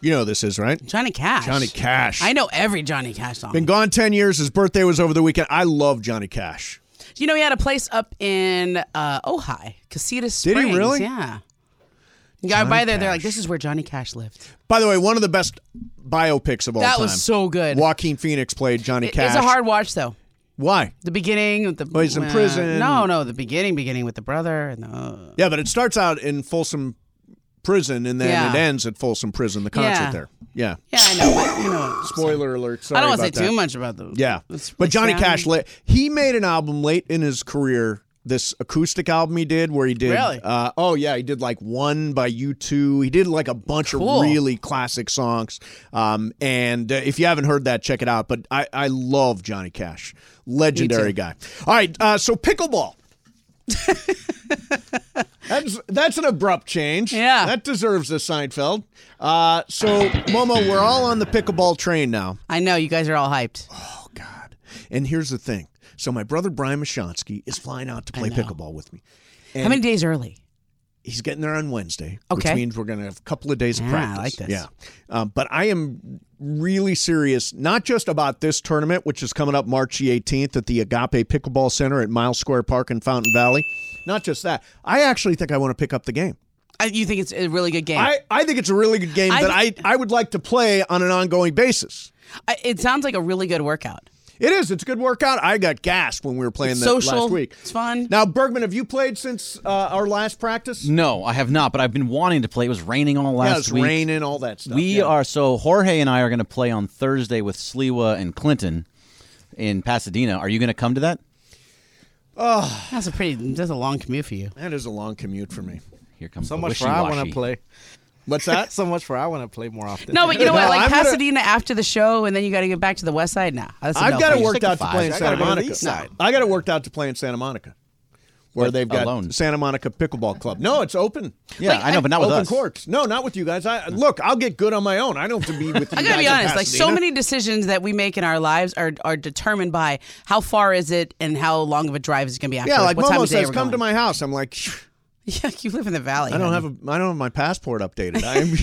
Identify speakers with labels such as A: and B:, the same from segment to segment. A: You know who this is, right?
B: Johnny Cash.
A: Johnny Cash.
B: I know every Johnny Cash song.
A: Been gone 10 years. His birthday was over the weekend. I love Johnny Cash.
B: You know, he had a place up in uh, Ojai, Casitas
A: Did
B: Springs.
A: he really?
B: Yeah. You got by there, they're like,
A: Cash.
B: this is where Johnny Cash lived.
A: By the way, one of the best biopics of all
B: That
A: time.
B: was so good.
A: Joaquin Phoenix played Johnny
B: It-
A: Cash.
B: It's a hard watch, though.
A: Why?
B: The beginning with the.
A: Well, he's in prison.
B: No, no, the beginning, beginning with the brother and the. Uh,
A: Yeah, but it starts out in Folsom Prison and then
B: Yeah.
A: it ends at Folsom Prison, the concert
B: Yeah.
A: there. Yeah.
B: yeah, I know. But, you know
A: Spoiler alert. Sorry
B: I don't want to say
A: about that.
B: too much about the.
A: Yeah.
B: it's-
A: But
B: it's
A: Johnny
B: sad.
A: Cash, la- he made an album late in his career, this acoustic album he did where he did.
B: Really?
A: Uh, oh, yeah. He did like One by U2. He did like a bunch
B: Cool.
A: of really classic songs. Um, and uh, if you haven't heard that, check it out. But I, I love Johnny Cash. Legendary guy. All right. Uh, so pickleball. That's that's an abrupt change.
B: Yeah.
A: that deserves a Seinfeld. Uh, so Momo, we're all on the pickleball train now.
B: I know you guys are all hyped.
A: Oh God! And here's the thing. So my brother Brian Mashansky is flying out to play
B: know.
A: pickleball with me.
B: How many days early?
A: He's getting there on Wednesday,
B: Okay.
A: which means we're going to have a couple of days of
B: Yeah, I
A: practice.
B: like this.
A: Yeah, um, but I am really serious, not just about this tournament, which is coming up March the 18th at the Agape Pickleball Center at Miles Square Park in Fountain Valley. Not just that, I actually think I want to pick up the game.
B: I, you think it's a really good game?
A: I, I think it's a really good game
B: I
A: that I,
B: thi-
A: I would like to play on an ongoing basis.
B: I, it sounds like a really good workout.
A: It is. It's a good workout. I got gassed when we were playing
B: It's
A: that
B: social.
A: last week.
B: It's fun.
A: Now, Bergman, have you played since uh, our last practice?
C: No, I have not, but I've been wanting to play. It was raining all
A: yeah,
C: last
A: it's
C: week.
A: raining, all that stuff.
C: We
A: yeah.
C: are so Jorge and I are going to play on Thursday with Sliwa and Clinton in Pasadena. Are you going to come to that?
B: That's a pretty. That's a long commute for you.
A: That is a long commute for me.
C: Here comes
D: So
C: the
D: much for I want
C: wishy-washy.
D: to play.
A: What's that?
D: So much for I want to play more often.
B: No, but you know
A: No,
B: what? Like
A: I'm gonna-
B: Pasadena after the show, and then you got to get back to the West Side now. That's a
A: I've
B: no
A: got
B: for
A: it
B: you.
A: worked out to
D: five.
A: play in
D: I gotta go to
A: Santa
D: the
A: Monica.
D: east side.
A: I got it worked out to play in Santa Monica, where
C: But
A: they've got
C: alone.
A: Santa Monica pickleball club. No, it's open.
C: Yeah, I know, but not with
A: open
C: us.
A: courts. No, not with you guys. I look. I'll get good on my own. I don't have to be with you.
B: I gotta be
A: guys in
B: honest. Like so
A: Pasadena.
B: many decisions that we make in our lives are are determined by how far is it and how long of a drive is it gonna be. Afterwards.
A: Yeah, like
B: what time
A: Momo
B: of day
A: says,
B: we're
A: "Come to
B: going."
A: my house." I'm like,
B: Yeah, you live in the valley.
A: I don't have
B: honey.
A: a, I don't have my passport updated. I'm.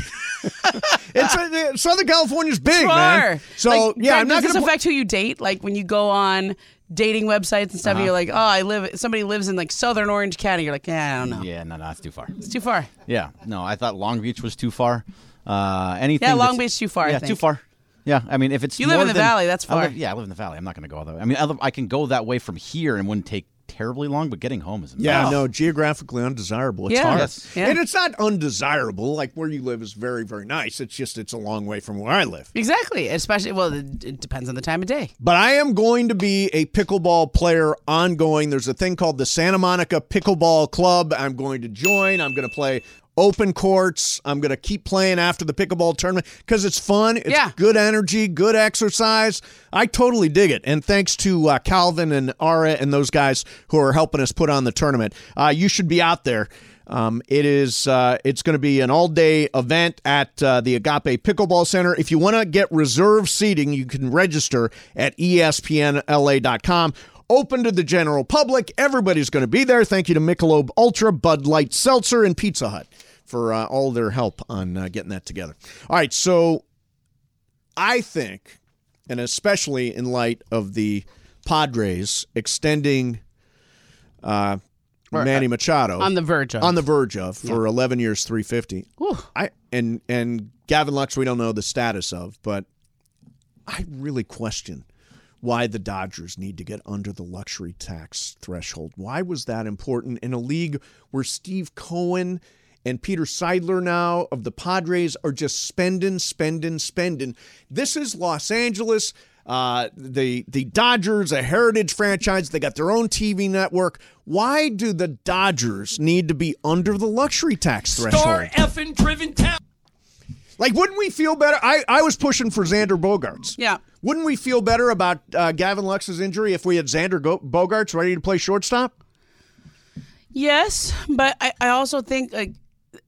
A: it's uh, Southern California's big, man.
B: Sure.
A: So
B: Like,
A: yeah,
B: Greg,
A: I'm not
B: Does
A: going
B: this
A: to.
B: affect who you date? Like when you go on dating websites and stuff,
A: Uh-huh.
B: and you're like, oh, I live. Somebody lives in like Southern Orange County. You're like, yeah, I don't know.
C: Yeah, no, no, that's too far.
B: It's too far.
C: Yeah, no, I thought Long Beach was too far. Uh, anything?
B: Yeah, Long
C: that's-
B: Beach too far, I
C: Yeah, too
B: think.
C: far. Yeah, I mean, if it's
B: You live in
C: more
B: the
C: than-
B: valley, that's
C: I live-
B: far.
C: yeah, I live in the valley. I'm not going to go all the way. I mean, I, live, I can go that way from here and wouldn't take terribly long, but getting home is a
A: yeah,
C: mess.
A: no, geographically undesirable. It's
B: Yeah.
A: hard,
C: Yes.
B: Yeah.
A: and it's not undesirable. Like where you live is very, very nice. It's just it's a long way from where I live.
B: Exactly. Especially. Well, it, it depends on the time of day.
A: But I am going to be a pickleball player ongoing. There's a thing called the Santa Monica Pickleball Club. I'm going to join. I'm going to play open courts. I'm going to keep playing after the pickleball tournament because it's fun. It's
B: Yeah.
A: good energy, good exercise. I totally dig it. And thanks to uh, Calvin and Ara and those guys who are helping us put on the tournament. Uh, you should be out there. Um, it is. Uh, it's going to be an all-day event at uh, the Agape Pickleball Center. If you want to get reserve seating, you can register at E ESPNLA.com. Open to the general public. Everybody's going to be there. Thank you to Michelob Ultra, Bud Light Seltzer, and Pizza Hut for uh, all their help on uh, getting that together. All right, so I think, and especially in light of the Padres extending uh, Manny Machado
B: On the verge of.
A: on the verge of for 11 years 350 I and and Gavin Lux we don't know the status of but I really question why the Dodgers need to get under the luxury tax threshold why was that important in a league where Steve Cohen and Peter Seidler now of the Padres are just spending spending spending this is Los Angeles uh, the the Dodgers, a heritage franchise, they got their own TV network. Why do the Dodgers need to be under the luxury tax threshold?
E: effing driven town.
A: Like, wouldn't we feel better? I, I was pushing for Xander Bogarts.
B: Yeah.
A: Wouldn't we feel better about uh, Gavin Lux's injury if we had Xander Go- Bogarts ready to play shortstop?
B: Yes, but I, I also think like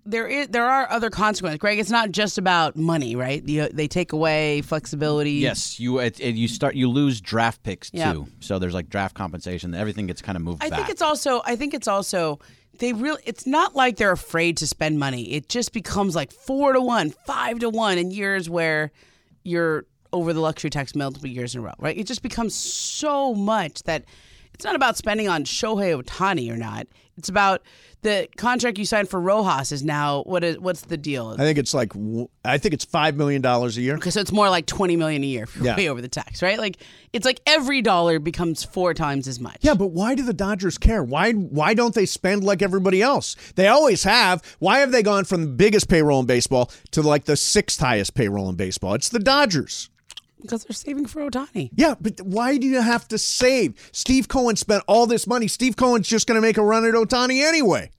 B: there is there are other consequences, Greg. It's not just about money, right? You, they take away flexibility.
C: Yes, you it, it- you start you lose draft picks
B: Yeah.
C: too. So there's like draft compensation. Everything gets kind of moved
B: I
C: back.
B: think it's also I think it's also they really it's not like they're afraid to spend money. It just becomes like four to one, five to one in years where you're over the luxury tax multiple years in a row, right? It just becomes so much that it's not about spending on Shohei Otani or not. It's about the contract you signed for Rojas is now what is what's the deal?
A: I think it's like w- I think it's five million dollars a year.
B: Okay, so it's more like twenty million a year if you're
A: Yeah.
B: way over the tax, right? Like it's like every dollar becomes four times as much.
A: Yeah, but why do the Dodgers care? Why why don't they spend like everybody else? They always have. Why have they gone from the biggest payroll in baseball to like the sixth highest payroll in baseball? It's the Dodgers.
B: because they're saving for Otani.
A: Yeah, but why do you have to save? Steve Cohen spent all this money. Steve Cohen's just going to make a run at Otani anyway.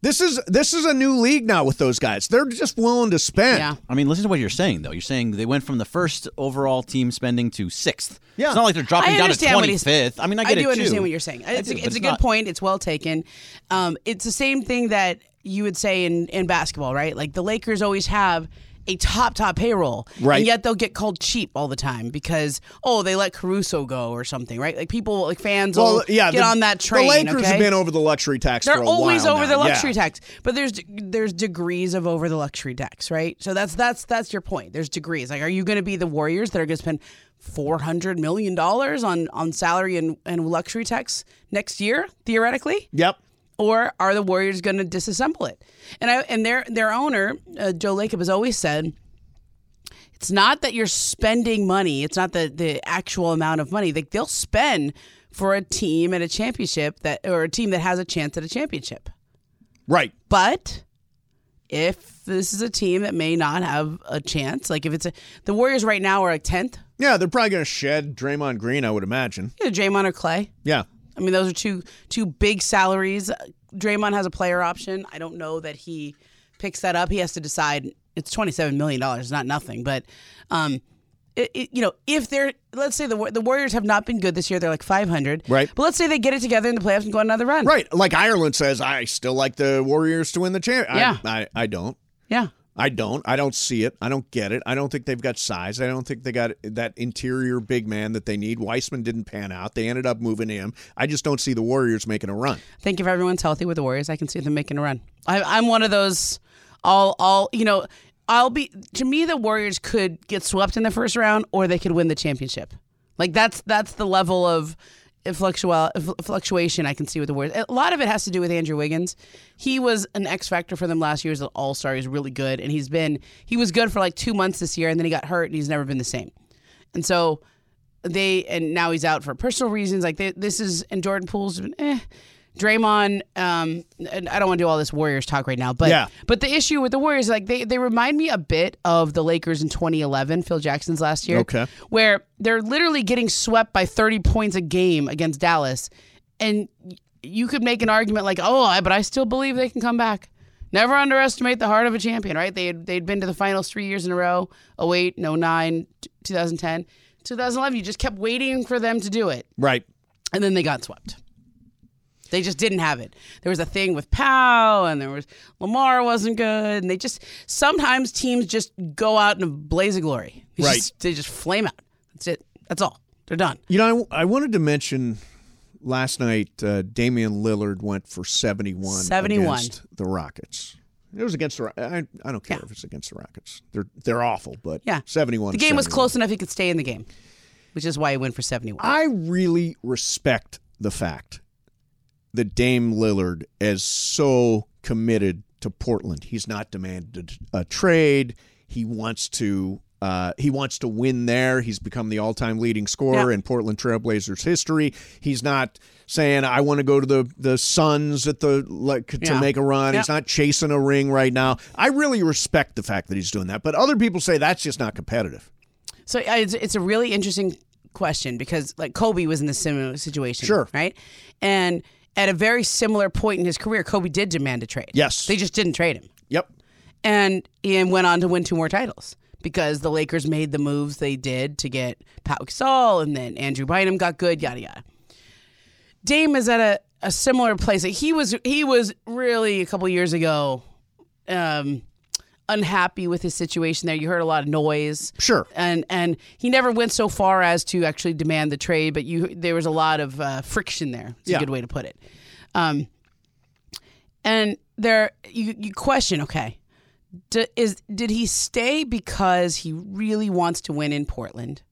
A: This is this is a new league now with those guys. They're just willing to spend.
B: Yeah.
C: I mean, listen to what you're saying though. You're saying they went from the first overall team spending to sixth.
A: Yeah.
C: it's not like they're dropping
B: I
C: down to
B: understand what
C: twenty
B: he's-
C: fifth. I mean, I get
B: I
C: it
B: do
C: too.
B: understand what you're saying.
C: I
B: It's,
C: do,
B: a,
C: but
B: it's a
C: not-
B: good point. It's well taken. Um, it's the same thing that you would say in, in basketball, right? Like the Lakers always have a top top payroll,
A: Right.
B: And yet they'll get called cheap all the time because oh they let Caruso go or something, right? Like people like fans will
A: Well, yeah,
B: get
A: the,
B: on that train.
A: The Lakers
B: okay?
A: have been over the luxury tax
B: They're
A: for a
B: always
A: while
B: over
A: now.
B: the luxury
A: Yeah.
B: tax, but there's there's degrees of over the luxury tax, right? So that's that's that's your point. There's degrees. Like, are you going to be the Warriors that are going to spend four hundred million dollars on on salary and, and luxury tax next year theoretically,
A: Yep.
B: or are the Warriors going to disassemble it? And I and their their owner uh, Joe Lacob has always said. It's not that you're spending money. It's not the, the actual amount of money. Like they'll spend for a team and a championship that or a team that has a chance at a championship.
A: Right.
B: But if this is a team that may not have a chance, like if it's a, the Warriors right now are like tenth,
A: Yeah, they're probably going to shed Draymond Green, I would imagine.
B: you know, Draymond or Clay.
A: Yeah.
B: I mean, those are two two big salaries. Draymond has a player option. I don't know that he picks that up. He has to decide. It's twenty seven million dollars, not nothing. But, um, it, it- you know, if they're let's say the Wa- the Warriors have not been good this year, they're like five hundred.
A: Right.
B: But let's say they get it together in the playoffs and go on another run.
A: Right. Like Ireland says, I still like the Warriors to win the champ. I-
B: Yeah.
A: I, I don't.
B: Yeah.
A: I don't. I don't see it. I don't get it. I don't think they've got size. I don't think they got that interior big man that they need. Weissman didn't pan out. They ended up moving him. I just don't see the Warriors making a run.
B: I think if everyone's healthy with the Warriors, I can see them making a run. I, I'm one of those. All, all, you know, I'll be. To me, the Warriors could get swept in the first round, or they could win the championship. Like that's that's the level of fluctua- fluctuation I can see with the Warriors. A lot of it has to do with Andrew Wiggins. He was an X factor for them last year as an All Star. He's really good, and he's been he was good for like two months this year, and then he got hurt, and he's never been the same. And so they and now he's out for personal reasons. Like they, this is and Jordan Poole's been eh. Draymond, um, and I don't want to do all this Warriors talk right now, but
A: Yeah.
B: but the issue with the Warriors, like they they remind me a bit of the Lakers in 2011, Phil Jackson's last year,
A: Okay.
B: where they're literally getting swept by 30 points a game against Dallas, and y- you could make an argument like, oh, I, but I still believe they can come back. Never underestimate the heart of a champion, right? They had, they'd been to the finals three years in a row 08, 09, 2010, 2011. You just kept waiting for them to do it,
A: Right.
B: and then they got swept. They just didn't have it. There was a thing with Powell, and there was Lamar wasn't good, and they just sometimes teams just go out in a blaze of glory. They
A: Right.
B: just- they just flame out. That's it. That's all. They're done.
A: You know, I, I wanted to mention last night uh, Damian Lillard went for 71,
B: 71.
A: against the Rockets. It was against the Ro- I, I don't care if it's against the Rockets. They're they're awful, but
B: Yeah.
A: 71.
B: The
A: is
B: game was
A: 71.
B: close enough he could stay in the game, which is why he went for 71.
A: I really respect the fact that Dame Lillard is so committed to Portland. He's not demanded a trade. He wants to. Uh, he wants to win there. He's become the all-time leading scorer
B: Yeah.
A: in Portland Trailblazers history. He's not saying I want to go to the the Suns at the like to
B: Yeah.
A: make a run.
B: Yeah.
A: He's not chasing a ring right now. I really respect the fact that he's doing that. But other people say that's just not competitive.
B: So uh, it's, it's a really interesting question because like Kobe was in the similar situation,
A: Sure.
B: right? And at a very similar point in his career, Kobe did demand a trade.
A: Yes.
B: they just didn't trade him,
A: Yep.
B: and and went on to win two more titles because the Lakers made the moves they did to get Pau Gasol, and then Andrew Bynum got good, yada yada. Dame is at a, a similar place. He was he was really a couple years ago um, unhappy with his situation there. You heard a lot of noise.
A: Sure.
B: And and he never went so far as to actually demand the trade, but you there was a lot of uh, friction there. It's
A: Yeah.
B: a good way to put it. Um, and there you you question okay. D- is did he stay because he really wants to win in Portland?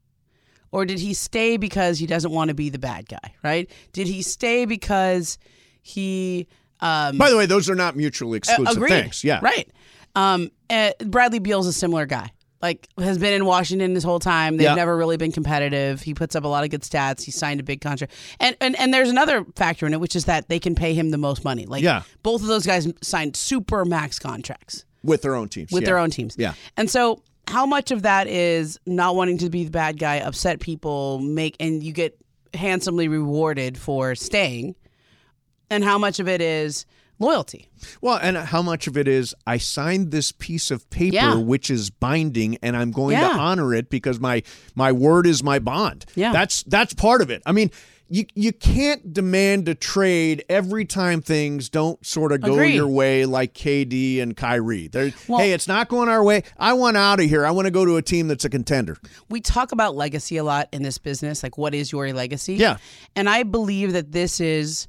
B: or did he stay because he doesn't want to be the bad guy right did he stay because he um
A: By the way, those are not mutually exclusive
B: agreed
A: things. Yeah.
B: right um and bradley beal's a similar guy like has been in washington this whole time they've
A: Yeah.
B: never really been competitive he puts up a lot of good stats he signed a big contract and, and and there's another factor in it which is that they can pay him the most money like
A: Yeah.
B: both of those guys signed super max contracts
A: With their own teams.
B: with
A: yeah.
B: their own teams.
A: Yeah.
B: And so how much of that is not wanting to be the bad guy, upset people, make and you get handsomely rewarded for staying? And how much of it is loyalty?
A: Well, and how much of it is I signed this piece of paper
B: Yeah.
A: which is binding and I'm going to
B: Yeah.
A: honor it because my my word is my bond.
B: Yeah.
A: That's that's part of it. I mean, you you can't demand a trade every time things don't sort of go
B: Agreed.
A: your way like KD and Kyrie. They're,
B: Well-
A: hey, it's not going our way. I want out of here. I want to go to a team that's a contender.
B: We talk about legacy a lot in this business, like what is your legacy?
A: Yeah.
B: And I believe that this is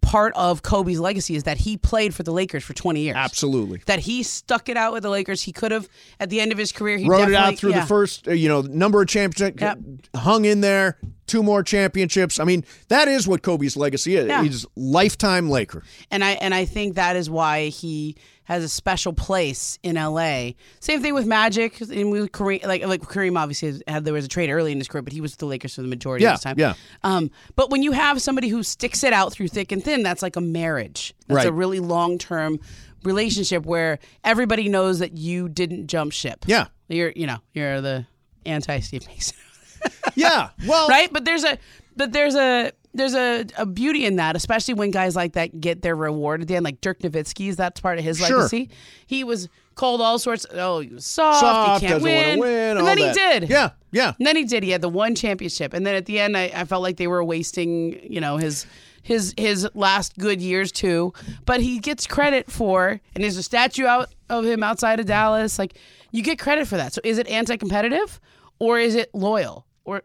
B: part of Kobe's legacy is that he played for the Lakers for 20 years.
A: Absolutely.
B: That he stuck it out with the Lakers. He could have at the end of his career he
A: Rode it
B: definitely-
A: out through
B: yeah.
A: the first, uh, you know, number of championships,
B: Yep.
A: hung in there, two more championships. I mean, that is what Kobe's legacy is.
B: Yeah.
A: He's lifetime Laker.
B: and I and I think that is why he has a special place in LA. Same thing with Magic and with Kareem. Like like Kareem obviously had there was a trade early in his career, but he was with the Lakers for the majority
A: Yeah,
B: of his time.
A: yeah.
B: Um, but when you have somebody who sticks it out through thick and thin, that's like a marriage. That's a
A: Right.
B: really long term relationship where everybody knows that you didn't jump ship.
A: Yeah.
B: You're you know you're the anti Steve Mason
A: Yeah. Well,
B: right? But there's a but there's a there's a, a beauty in that, especially when guys like that get their reward at the end. Like Dirk Nowitzki's, that's part of his
A: Sure.
B: legacy. He was called all sorts. Oh, he was soft.
A: soft,
B: he can't
A: doesn't want to
B: win.
A: win.
B: and
A: all
B: then
A: that.
B: he did.
A: Yeah. Yeah.
B: And then he did. He had the one championship, and then at the end, I, I felt like they were wasting, you know, his his his last good years too. But he gets credit for, and there's a statue out of him outside of Dallas. Like you get credit for that. So is it anti-competitive, or is it loyal, or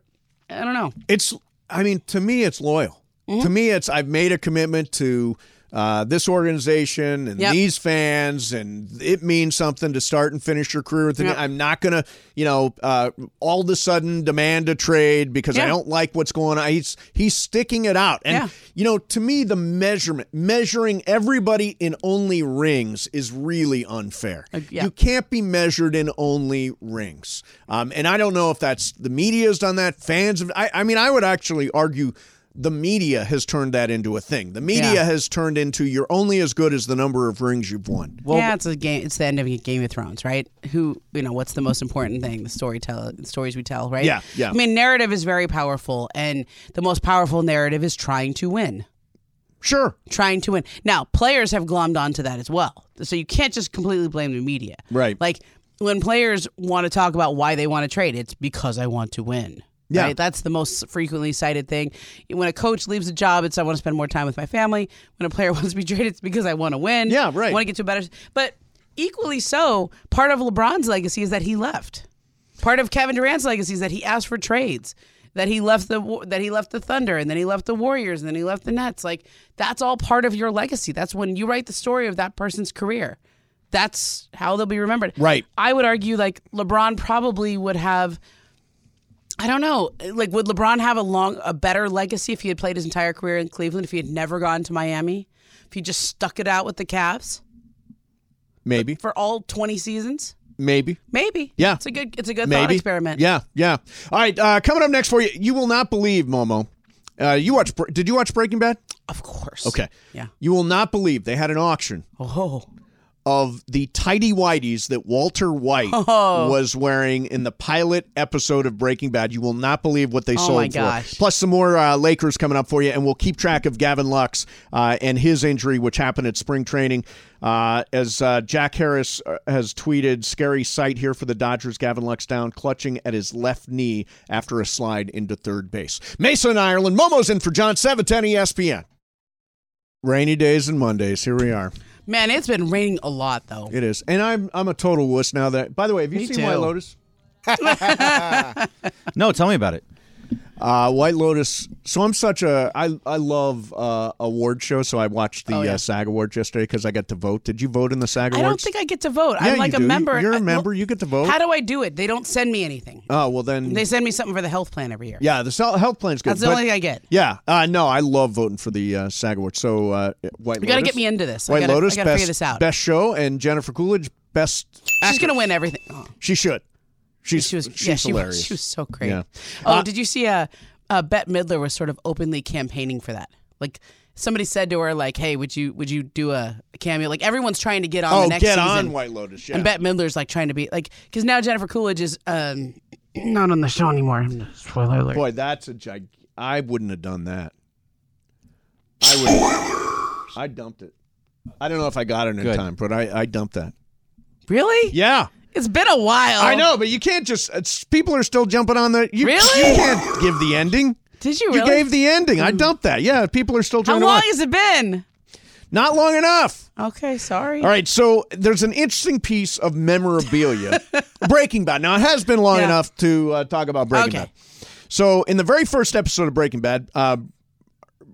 B: I don't know.
A: It's, I mean, to me, it's loyal. To
B: Mm-hmm.
A: me, it's I've made a commitment to uh, this organization and
B: Yep.
A: these fans, and it means something to start and finish your career with. the
B: Yep.
A: I'm not going to, you know, uh, all of a sudden demand a trade because I
B: Yeah.
A: don't like what's going on. He's he's sticking it out, and
B: Yeah.
A: you know, to me, the measurement measuring everybody in only rings is really unfair.
B: yeah.
A: You can't be measured in only rings. Um, and I don't know if that's the media's done that, fans have. I, I mean, I would actually argue the media has turned that into a thing. The media
B: Yeah.
A: has turned into you're only as good as the number of rings you've won.
B: yeah, it's a game. It's the end of Game of Thrones, right? Who you know? What's the most important thing? The storytell the stories we tell, right?
A: Yeah, yeah.
B: I mean, narrative is very powerful, and the most powerful narrative is trying to win.
A: Sure.
B: Trying to win. Now, players have glommed onto that as well, so you can't just completely blame the media.
A: Right.
B: Like when players want to talk about why they want to trade, it's because I want to win.
A: Yeah.
B: Right? That's the most frequently cited thing. When a coach leaves a job, it's I want to spend more time with my family. When a player wants to be traded, it's because I want to win.
A: Yeah, right.
B: I want to get to a better. But equally so, part of LeBron's legacy is that he left. Part of Kevin Durant's legacy is that he asked for trades. That he left the Wa- that he left the Thunder and then he left the Warriors and then he left the Nets. Like that's all part of your legacy. That's when you write the story of that person's career. That's how they'll be remembered.
A: Right.
B: I would argue like LeBron probably would have I don't know. Like, would LeBron have a long, a better legacy if he had played his entire career in Cleveland? If he had never gone to Miami? If he just stuck it out with the Cavs
A: Maybe.
B: for all twenty seasons?
A: Maybe.
B: Maybe.
A: Yeah.
B: It's a good. It's a good thought
A: Maybe.
B: experiment.
A: Yeah. Yeah. All right. Uh, coming up next for you, you will not believe Momo. Uh, you watch? Did you watch Breaking Bad?
B: Of course.
A: Okay.
B: Yeah.
A: You will not believe they had an auction
B: Oh.
A: of the tidy whities that Walter White
B: Oh.
A: was wearing in the pilot episode of Breaking Bad. You will not believe what they sold
B: Oh my
A: for.
B: gosh.
A: Plus, some more uh, Lakers coming up for you, and we'll keep track of Gavin Lux uh, and his injury, which happened at spring training. Uh, as uh, Jack Harris uh, has tweeted, scary sight here for the Dodgers. Gavin Lux down, clutching at his left knee after a slide into third base. Mason E Ireland, Momo's in for John 710 ESPN. Rainy days and Mondays. Here we are.
B: Man, it's been raining a lot though.
A: It is, and I'm I'm a total wuss now. That by the way, have you
B: Me
A: seen
B: too.
A: White Lotus?
C: No, tell me about it.
A: Uh, White Lotus. So I'm such a I I love uh, award show. So I watched the
B: Oh, yeah.
A: uh, SAG Awards yesterday because I got to vote. Did you vote in the SAG
B: I
A: Awards?
B: don't think I get to vote.
A: Yeah,
B: I'm like
A: you
B: a
A: do.
B: member.
A: You're a
B: I- well,
A: member. You get to vote.
B: How do I do it? They don't send me anything.
A: oh well, then
B: They send me something for the health plan every year.
A: yeah, the sel- health plan's good.
B: That's the
A: but-
B: only thing I get.
A: Yeah, uh, no, I love voting for the uh, SAG Awards. So uh, White
B: You
A: Lotus.
B: got to get me into this.
A: White
B: I gotta,
A: Lotus.
B: I gotta
A: best,
B: figure this out.
A: Best show and Jennifer Coolidge. Best.
B: She's gonna win everything. Oh,
A: She should. She's
B: she was.
A: she's
B: yeah, she
A: hilarious.
B: was. She was so great.
A: Yeah.
B: Oh, did you see? Uh, uh, Bette Midler was sort of openly campaigning for that. Like somebody said to her, like, "Hey, would you would you do a cameo?" Like everyone's trying to get on
A: oh,
B: the next
A: get
B: season.
A: on White Lotus. Yeah.
B: And Bette Midler's like trying to be like because now Jennifer Coolidge is um not on the show anymore. Spoiler alert.
A: Boy, that's a gig. I wouldn't have done that. I would. I dumped it. I don't know if I got it in
C: Good.
A: time, but I, I dumped that.
B: Really?
A: Yeah,
B: It's been a while.
A: I know, but you can't just. It's, people are still jumping on the. You,
B: Really?
A: You can't give the ending.
B: Did you
A: You
B: really?
A: gave the ending. I dumped that. Yeah, people are still
B: How
A: trying to
B: long
A: watch.
B: has it been?
A: Not long enough.
B: Okay, sorry.
A: All right, so there's an interesting piece of memorabilia. Breaking Bad. Now, it has been long
B: Yeah.
A: enough to uh, talk about Breaking
B: Okay.
A: Bad. So, in the very first episode of Breaking Bad, uh,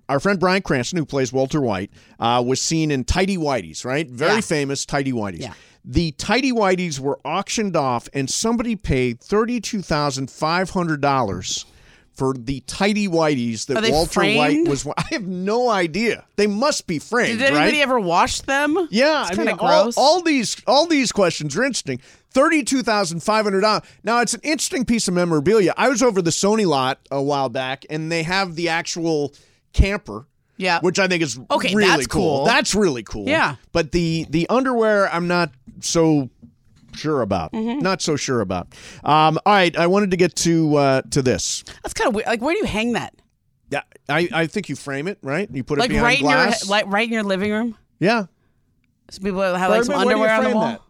A: our friend Brian Cranston, who plays Walter White, uh, was seen in Tidy Whiteys, right? Very
B: Yeah.
A: famous Tidy Whiteys.
B: Yeah.
A: The Tidy Whiteys were auctioned off, and somebody paid $32,500 for the Tidy Whiteys
B: Are
A: that
B: they
A: Walter White
B: framed?
A: was. I have no idea. They must be framed.
B: Did anybody
A: right?
B: ever wash them?
A: Yeah,
B: It's
A: I mean,
B: kinda
A: all,
B: gross.
A: all these all these questions are interesting. Thirty-two thousand five hundred dollars. Now it's an interesting piece of memorabilia. I was over the Sony lot a while back, and they have the actual camper.
B: Yeah.
A: which I think is
B: Okay,
A: really
B: that's cool.
A: That's really cool.
B: Yeah.
A: but the the underwear, I'm not so sure about.
B: Mm-hmm.
A: Not so sure about. Um, all right, I wanted to get to uh, to this.
B: That's kind of weird. Like, where do you hang that?
A: Yeah, I, I think you frame it right. You put it
B: Like
A: behind
B: right
A: glass.
B: in your like right in your living room.
A: yeah,
B: So people have like some
A: Bergman, where do you
B: underwear on the
A: frame
B: wall.
A: that?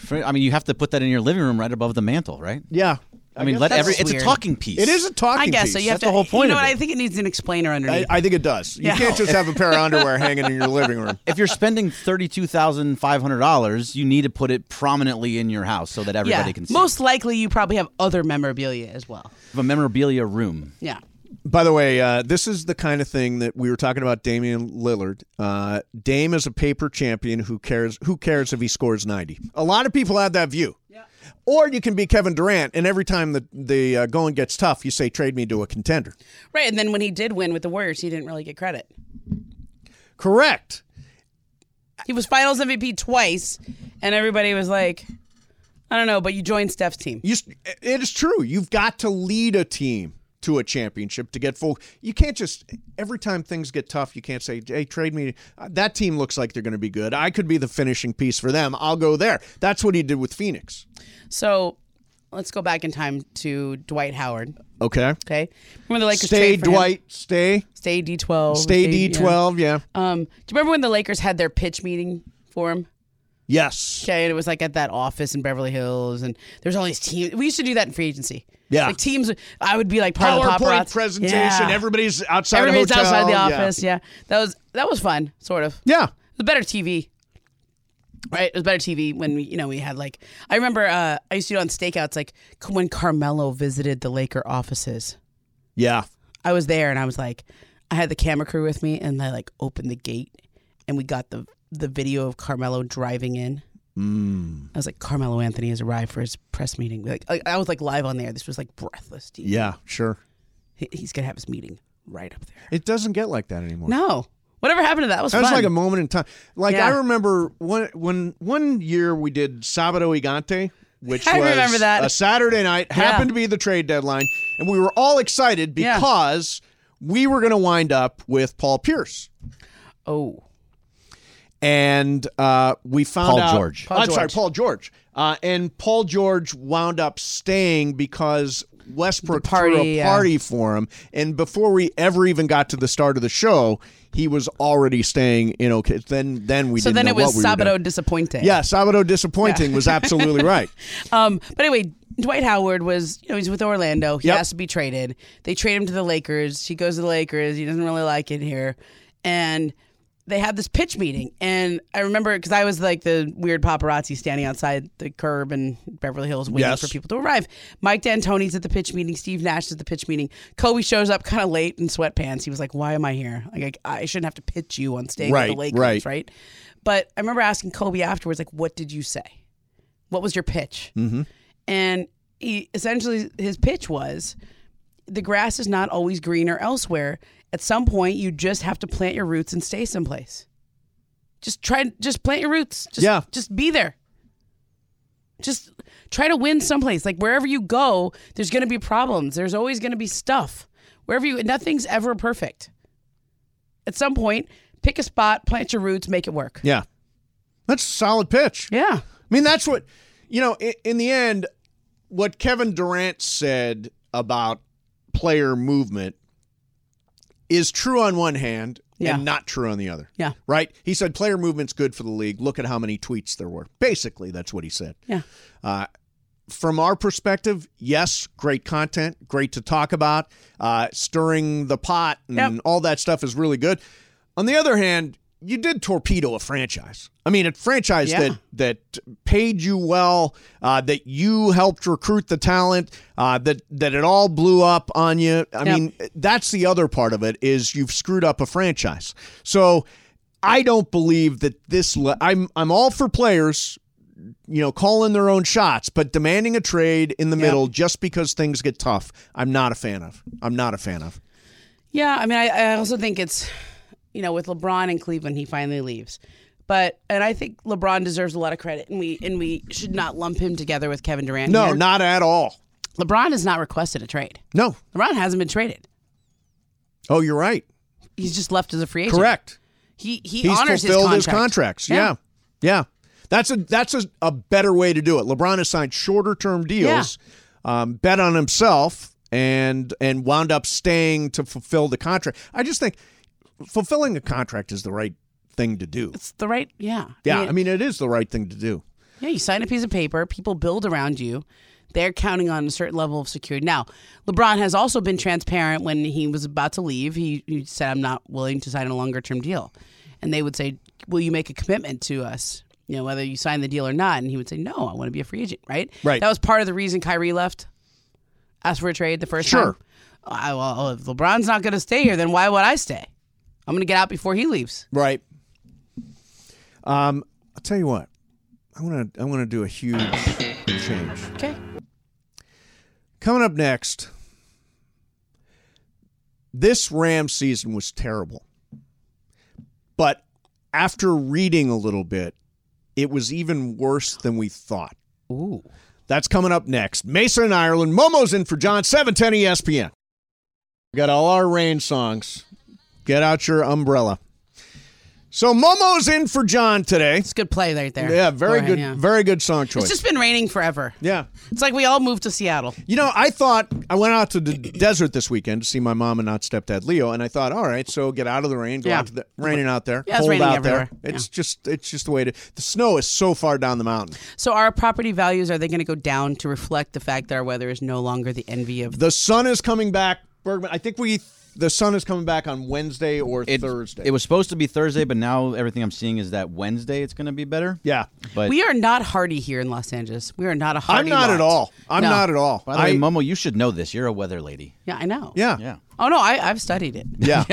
C: For- I mean, you have to put that in your living room right above the mantle, right?
A: Yeah,
C: I, mean,
A: guess
C: let
A: that's-
C: every. It's a
B: weird.
C: talking piece.
A: It is a talking.
B: I guess
A: piece.
B: so. You have to.
C: That's the whole point
B: You know
C: of
B: what?
C: it.
B: I think it needs an explainer
A: I,
B: underneath.
A: I think it does. You
B: Yeah.
A: can't just have a pair of underwear hanging in your living room.
C: If you're spending thirty-two thousand five hundred dollars, you need to put it prominently in your house so that
B: yeah.
C: everybody can see.
B: Most likely, you probably have other memorabilia as well.
C: it. a memorabilia room.
B: Yeah.
A: By the way, uh, this is the kind of thing that we were talking about. Damian Lillard, uh, Dame is a paper champion. Who cares? Who cares if he scores ninety? A lot of people have that view. Or you can be Kevin Durant, and every time the the uh, going gets tough, you say trade me to a contender.
B: Right. And then when he did win with the Warriors, he didn't really get credit.
A: Correct.
B: He was Finals MVP twice, and everybody was like, "I don't know," but you joined Steph's team.
A: You, s- it is true. You've got to lead a team to a championship to get full. You can't just every time things get tough. You can't say, "Hey, trade me." Uh, That team looks like they're going to be good. I could be the finishing piece for them. I'll go there. That's what he did with Phoenix.
B: So let's go back in time to Dwight Howard.
A: Okay.
B: Okay, remember the Lakers
A: Stay
B: trade for him?
A: Dwight. Stay.
B: Stay D twelve.
A: Stay D twelve. Yeah.
B: Um, do you remember when the Lakers had their pitch meeting for him?
A: Yes.
B: Okay, and it was like at that office in Beverly Hills, and there was all these teams. We used to do that in free agency.
A: Yeah.
B: like teams. I would be like part of the
A: PowerPoint
B: paparazzi.
A: presentation.
B: Yeah.
A: Everybody's outside. a
B: everybody's
A: hotel.
B: outside the
A: Yeah.
B: office. Yeah. that was that was fun, sort of.
A: Yeah.
B: It was better TV. Right, it was better TV when we, you know, we had like I remember uh, I used to do on stakeouts like c- when Carmelo visited the Laker offices.
A: Yeah.
B: I was there and I was like, I had the camera crew with me and I like opened the gate and we got the the video of Carmelo driving in. Mm. I was like, Carmelo Anthony has arrived for his press meeting. Like I, I was like live on there. This was like breathless. Deep.
A: Yeah. Sure.
B: He, he's gonna have his meeting right up there.
A: It doesn't get like that anymore.
B: No, whatever happened to that It was
A: That was
B: fun.
A: like a moment in time. Like
B: Yeah.
A: I remember one when one year we did Sabado Gigante, which
B: I
A: was
B: remember that.
A: a Saturday night, happened to be the trade deadline, and we were all excited
B: Yeah.
A: because we were going to wind up with Paul Pierce.
B: oh,
A: And uh, we found
C: Paul
A: out.
C: George.
B: Paul
A: I'm sorry,
B: George.
A: Paul George. Uh, and Paul George wound up staying because Westbrook threw
B: party,
A: a
B: yeah.
A: party for him. And before we ever even got to the start of the show, he was already staying in OK. Then, then we
B: so
A: didn't
B: then
A: know
B: it was
A: what we were doing.
B: Sabado disappointing.
A: Yeah, Sabado disappointing was absolutely right.
B: Um, but anyway, Dwight Howard was, you know, he's with Orlando. He
A: Yep.
B: has to be traded. They trade him to the Lakers. He goes to the Lakers. He doesn't really like it here. And they had this pitch meeting, and I remember because I was like the weird paparazzi standing outside the curb in Beverly Hills waiting
A: Yes.
B: for people to arrive. Mike D'Antoni's at the pitch meeting. Steve Nash is at the pitch meeting. Kobe shows up kind of late in sweatpants. He was like, "Why am I here? Like, I, I shouldn't have to pitch you on stage with
A: Right,
B: the Lakers,
A: right.
B: right?" But I remember asking Kobe afterwards, like, "What did you say? What was your pitch?" Mm-hmm. And he essentially his pitch was the grass is not always greener elsewhere. At some point, you just have to plant your roots and stay someplace. Just try, just plant your roots. Just,
A: Yeah.
B: Just be there. Just try to win someplace. Like wherever you go, there's going to be problems. There's always going to be stuff. Wherever you, nothing's ever perfect. At some point, pick a spot, plant your roots, make it work.
A: Yeah. That's a solid pitch.
B: Yeah.
A: I mean, that's what, you know, in, in the end, what Kevin Durant said about player movement is true on one hand
B: Yeah.
A: and not true on the other.
B: Yeah.
A: Right? He said player movement's good for the league. Look at how many tweets there were. Basically, that's what he said.
B: Yeah.
A: Uh, from our perspective, yes, great content, great to talk about. Uh, stirring the pot and
B: Yep.
A: all that stuff is really good. On the other hand, you did torpedo a franchise. I mean, a franchise
B: Yeah.
A: that that paid you well, uh, that you helped recruit the talent, uh, that that it all blew up on you. I
B: Yep.
A: mean, that's the other part of it is you've screwed up a franchise. So I don't believe that this. Le- I'm I'm all for players you know, calling their own shots, but demanding a trade in the middle just because things get tough, I'm not a fan of. I'm not a fan of.
B: Yeah, I mean, I, I also think it's, you know, with LeBron in Cleveland, he finally leaves. But and I think LeBron deserves a lot of credit, and we and we should not lump him together with Kevin Durant.
A: No,
B: here.
A: not at all.
B: LeBron has not requested a trade.
A: No.
B: LeBron hasn't been traded.
A: Oh, you're right.
B: He's just left as a free agent.
A: Correct.
B: He he
A: He's
B: honors
A: fulfilled
B: his
A: his,
B: contract.
A: contracts.
B: Yeah.
A: Yeah. yeah. That's a that's a, a better way to do it. LeBron has signed shorter term deals, um, bet on himself and and wound up staying to fulfill the contract. I just think fulfilling a contract is the right thing to do.
B: It's the right. Yeah.
A: Yeah, I mean it is the right thing to do.
B: Yeah, you sign a piece of paper, people build around you. They're counting on a certain level of security. Now, LeBron has also been transparent when he was about to leave. He, he said, I'm not willing to sign a longer term deal. And they would say, Will you make a commitment to us? You know, whether you sign the deal or not. And he would say, No, I want to be a free agent, right?
A: Right.
B: That was part of the reason Kyrie left. Asked for a trade the first
A: Sure.
B: time. I, well, oh, if LeBron's not going to stay here, then why would I stay? I'm going to get out before he leaves.
A: Right. Um, I'll tell you what. I want to I want to do a huge change.
B: Okay.
A: Coming up next. This Ram season was terrible. But after reading a little bit, it was even worse than we thought.
B: Ooh.
A: That's coming up next. Mason in Ireland, Momo's in for John, E 710 ESPN. We got all our rain songs. Get out your umbrella. So Momo's in for John today.
B: It's a good play right there.
A: Yeah, very
B: Go ahead,
A: good,
B: yeah.
A: very good song choice.
B: It's just been raining forever.
A: yeah.
B: It's like we all moved to Seattle.
A: You know, I thought I went out to the desert this weekend to see my mom and not stepdad Leo, and I thought, all right, so get out of the rain, go
B: Yeah.
A: out to the raining out there,
B: Yeah, it's
A: cold
B: raining
A: out
B: everywhere.
A: there. It's just, it's just the way to. The snow is so far down the mountain.
B: So our property values are they going to go down to reflect the fact that our weather is no longer the envy of
A: The sun is coming back, Bergman. I think we the sun is coming back on Wednesday or
C: It-
A: Thursday.
C: It was supposed to be Thursday, but now everything I'm seeing is that Wednesday it's going to be better.
A: yeah.
C: But
B: We are not hardy here in Los Angeles. We are not a
A: I'm
B: hardy.
A: not
B: lot.
A: at all. I'm
B: No.
A: not at all.
C: by the way,
A: I-
C: Momo, you should know this. You're a weather lady.
B: Yeah, I know.
A: yeah.
C: Yeah.
B: Oh no, I, I've studied it.
A: Yeah.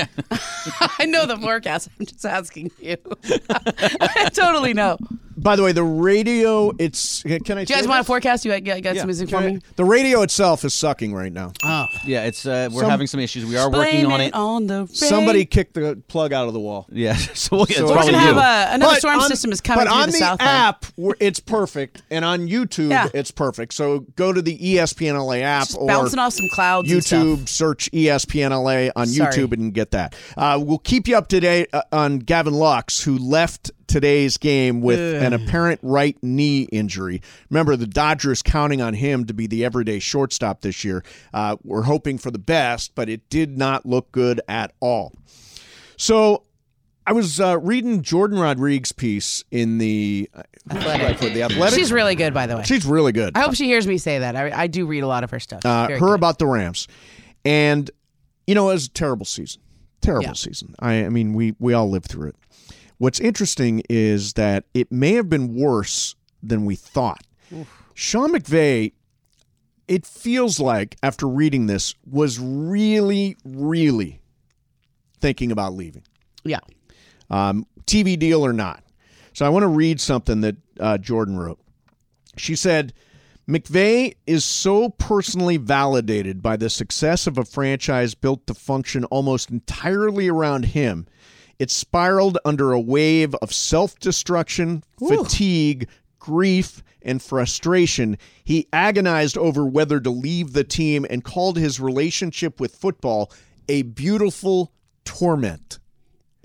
B: I know the forecast. I'm just asking you. I totally know. Do
A: By the way, the radio it's can I
B: you guys want to forecast? You got, got
C: Yeah.
B: some music for me?
A: The radio itself is sucking right now.
B: Oh.
C: Yeah, it's uh, we're
A: Some-
C: having some issues. We are
B: Blame
C: working on it.
B: on the rain.
A: Somebody kicked the plug out of the wall.
C: Yeah, so we'll get,
A: So we're
C: it's
B: We're
C: probably
B: gonna
C: you.
B: have a, Uh, another
A: But
B: storm
A: on-
B: system is coming
A: but
B: through
A: on
B: the,
A: the
B: south.
A: app, we're- it's perfect, and on YouTube,
B: Yeah.
A: it's perfect. So go to the E ESPN LA app
B: Just
A: or
B: bouncing off some clouds. and stuff.
A: YouTube, search E ESPN LA on
B: Sorry.
A: YouTube and get that. Uh, we'll keep you up to date uh, on Gavin Lux, who left today's game with an apparent right knee injury. Remember, the Dodgers counting on him to be the everyday shortstop this year. Uh, we're hoping for the best, but it did not look good at all. So. I was uh, reading Jordan Rodriguez' piece in the
B: Athletic.
A: for the Athletic.
B: She's really good, by the way.
A: She's really good.
B: I hope she hears me say that. I, I do read a lot of her stuff. She's
A: uh,
B: very
A: her
B: good.
A: about the Rams. And, you know, it was a terrible season. terrible
B: Yeah.
A: season. I, I mean, we we all lived through it. What's interesting is that it may have been worse than we thought. Sean McVay, it feels like after reading this, was really, really thinking about leaving
B: Yeah.
A: um, TV deal or not. So I want to read something that uh, Jordan wrote. She said, McVeigh is so personally validated by the success of a franchise built to function almost entirely around him. It spiraled under a wave of self destruction, fatigue, grief, and frustration. He agonized over whether to leave the team and called his relationship with football a beautiful torment.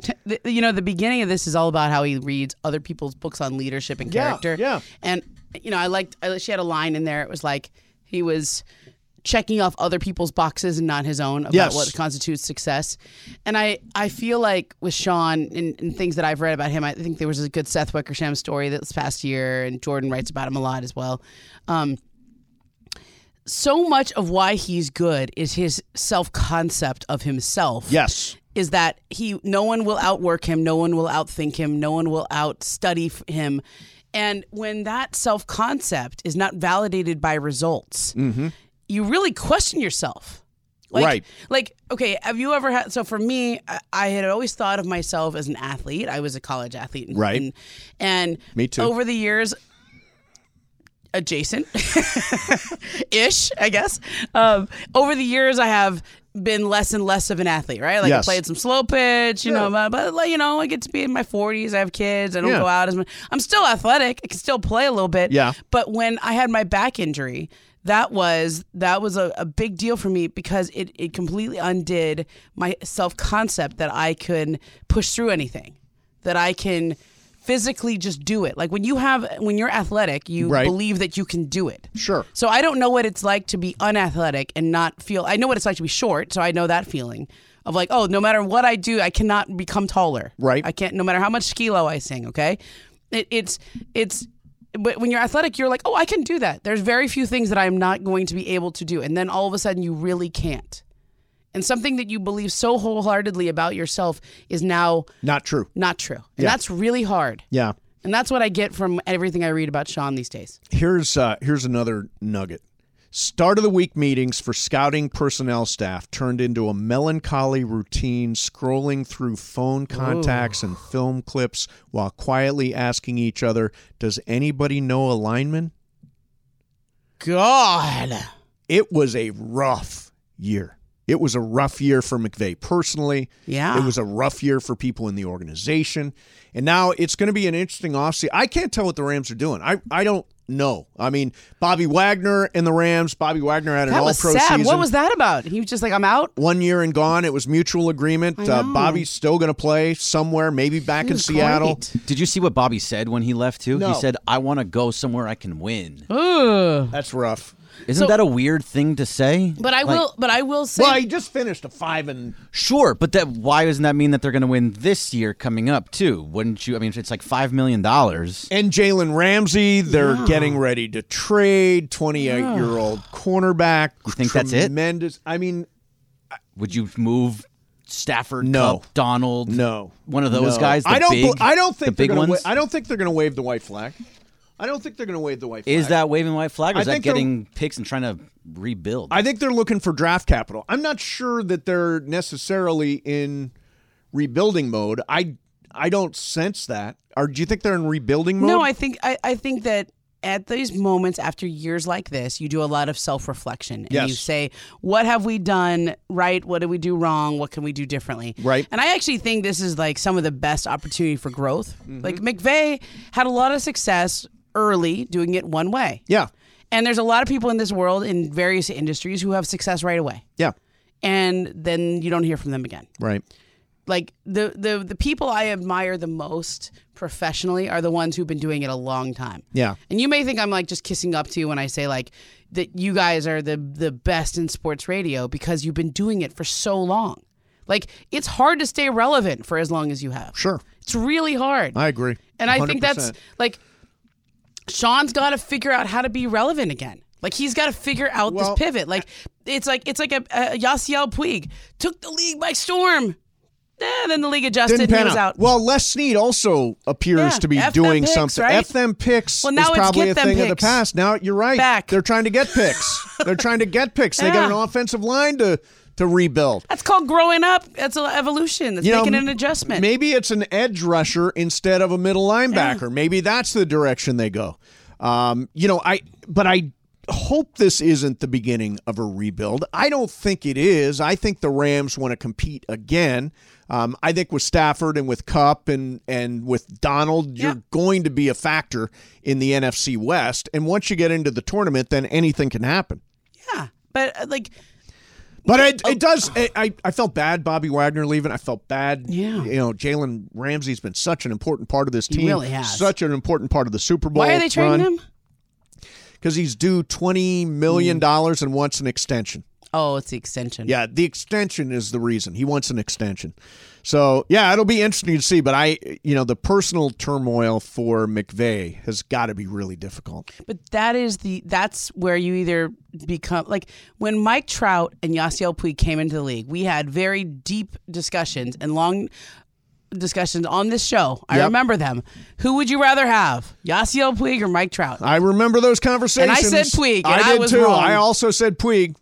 B: T- the- you know the beginning of this is all about how he reads other people's books on leadership and
A: Yeah,
B: character
A: yeah.
B: and you know i liked I, she had a line in there it was like he was checking off other people's boxes and not his own about
A: Yes.
B: what constitutes success and i i feel like with sean and, and things that i've read about him i think there was a good seth wickersham story this past year and jordan writes about him a lot as well um so much of why he's good is his self-concept of himself
A: Yes.
B: is that he no one will outwork him, no one will outthink him, no one will outstudy f- him. And when that self concept is not validated by results, you really question yourself. Like,
A: Mm-hmm. Right.
B: Like, okay, have you ever had? So for me, I, I had always thought of myself as an athlete. I was a college athlete. And,
A: Right.
B: And, and
A: Me too.
B: Over the years, adjacent ish, I guess. Um, over the years, I have been less and less of an athlete, right? Like
A: Yes.
B: I played some slow pitch, you know, but, but like, you know, I get to be in my 40s. I have kids. I don't
A: Yeah.
B: go out as much. I'm still athletic. I can still play a little bit.
A: Yeah.
B: But when I had my back injury, that was that was a, a big deal for me because it, it completely undid my self concept that I can push through anything, that I can physically just do it. Like when you have when you're athletic, you
A: Right.
B: believe that you can do it.
A: Sure.
B: So I don't know what it's like to be unathletic and not feel. I know what it's like to be short, so I know that feeling of like, oh, no matter what I do, I cannot become taller.
A: Right.
B: I can't. No matter how much kilo I sing. Okay. It, it's it's. But when you're athletic, you're like, oh, I can do that. There's very few things that I'm not going to be able to do, and then all of a sudden, you really can't. And something that you believe so wholeheartedly about yourself is now
A: Not true.
B: not true, and that's really hard.
A: Yeah.
B: And that's what I get from everything I read about Sean these days.
A: Here's uh, here's another nugget. Start of the week meetings for scouting personnel staff turned into a melancholy routine, scrolling through phone contacts and film clips while quietly asking each other, "Does anybody know a lineman?"
B: God.
A: It was a rough year. It was a rough year for McVeigh personally.
B: Yeah.
A: It was a rough year for people in the organization. And now it's going to be an interesting offseason. I can't tell what the Rams are doing. I, I don't know. I mean, Bobby Wagner and the Rams, Bobby Wagner had an
B: That
A: all
B: was
A: pro
B: sad.
A: season.
B: What was that about? He was just like, I'm out.
A: one year and gone. It was mutual agreement. Uh, Bobby's still going to play somewhere, maybe back in
B: was
A: Seattle.
B: great.
C: Did you see what Bobby said when he left too?
A: No.
C: He said, "I want to go somewhere I can win."
B: Ugh.
A: That's rough.
C: Isn't that a weird thing to say?
B: But I
C: Like,
B: will. But I will say.
A: Well, he just finished a five and
C: Sure, but that why doesn't that mean that they're going to win this year coming up too? Wouldn't you? I mean, if it's like five million dollars.
A: and Jalen Ramsey. They're getting ready to trade 28 year old cornerback. You
C: think that's it?
A: Tremendous. I mean,
C: Would you move Stafford?
A: No.
C: Cup, Donald.
A: No,
C: one of those
A: No.
C: guys. The
A: I don't.
C: Big,
A: bel- I don't think
C: the big
A: they're gonna
C: ones.
A: wa- I don't think they're going to wave the white flag. I don't think they're going to wave the white flag.
C: is that waving white flag, or
A: I
C: is that
A: think they're-
C: getting picks and trying to rebuild?
A: I think they're looking for draft capital. I'm not sure that they're necessarily in rebuilding mode. I I don't sense that. Or do you think they're in rebuilding mode?
B: no, I think I, I think that at these moments after years like this, you do a lot of self reflection and
A: Yes.
B: you say, "What have we done right? What did we do wrong? What can we do differently?"
A: Right.
B: And I actually think this is like some of the best opportunity for growth. Like McVeigh had a lot of success early doing it one way,
A: yeah,
B: and there's a lot of people in this world in various industries who have success right away,
A: yeah,
B: and then you don't hear from them again.
A: right.
B: like the the the people I admire the most professionally are the ones who've been doing it a long time.
A: Yeah.
B: And you may think I'm like just kissing up to you when I say like that you guys are the the best in sports radio because you've been doing it for so long. Like it's hard to stay relevant for as long as you have.
A: Sure,
B: It's really hard.
A: I agree.
B: and I think that's
A: 100%.
B: like Sean's got to figure out how to be relevant again. Like he's got to figure out
A: Well,
B: this pivot. Like it's like it's like a, a Yasiel Puig took the league by storm. eh, then the league adjusted and he
A: pan
B: was out.
A: Well, Les Snead also appears
B: Yeah,
A: to be
B: F them
A: doing
B: picks,
A: something.
B: right?
A: F them picks
B: Well, now
A: is
B: it's
A: probably
B: get
A: a
B: them
A: thing of the
B: picks.
A: past. Now you're right.
B: Back.
A: They're trying to get picks. They're trying to get picks. They got an
B: Yeah.
A: offensive line to to rebuild.
B: That's called growing up. That's a evolution. That's
A: You know,
B: making an adjustment.
A: Maybe it's an edge rusher instead of a middle linebacker. Maybe that's the direction they go. Um, you know, I but I hope this isn't the beginning of a rebuild. I don't think it is. I think the Rams want to compete again. Um, I think with Stafford and with Cup and and with Donald, you're
B: Yeah.
A: going to be a factor in the NFC West. And once you get into the tournament, then anything can happen.
B: yeah, but uh, like
A: But it,
B: Oh.
A: it does. I- I, I felt bad Bobby Wagner leaving. I felt bad.
B: Yeah.
A: You know, Jalen Ramsey's been such an important part of this team.
B: really has.
A: Such an important part of the Super Bowl.
B: why are they trading him?
A: Because he's due $20
B: Hmm.
A: million and wants an extension.
B: Oh, it's the extension.
A: Yeah, the extension is the reason. He wants an extension. So, yeah, it'll be interesting to see. But I, you know, the personal turmoil for McVay has got to be really difficult.
B: But that is the that's where you either become like when Mike Trout and Yasiel Puig came into the league, we had very deep discussions and long discussions on this show. I
A: Yep.
B: remember them. Who would you rather have, Yasiel Puig or Mike Trout?
A: I remember those conversations.
B: said Puig, and
A: I
B: I
A: did
B: was
A: too.
B: wrong.
A: I also said Puig.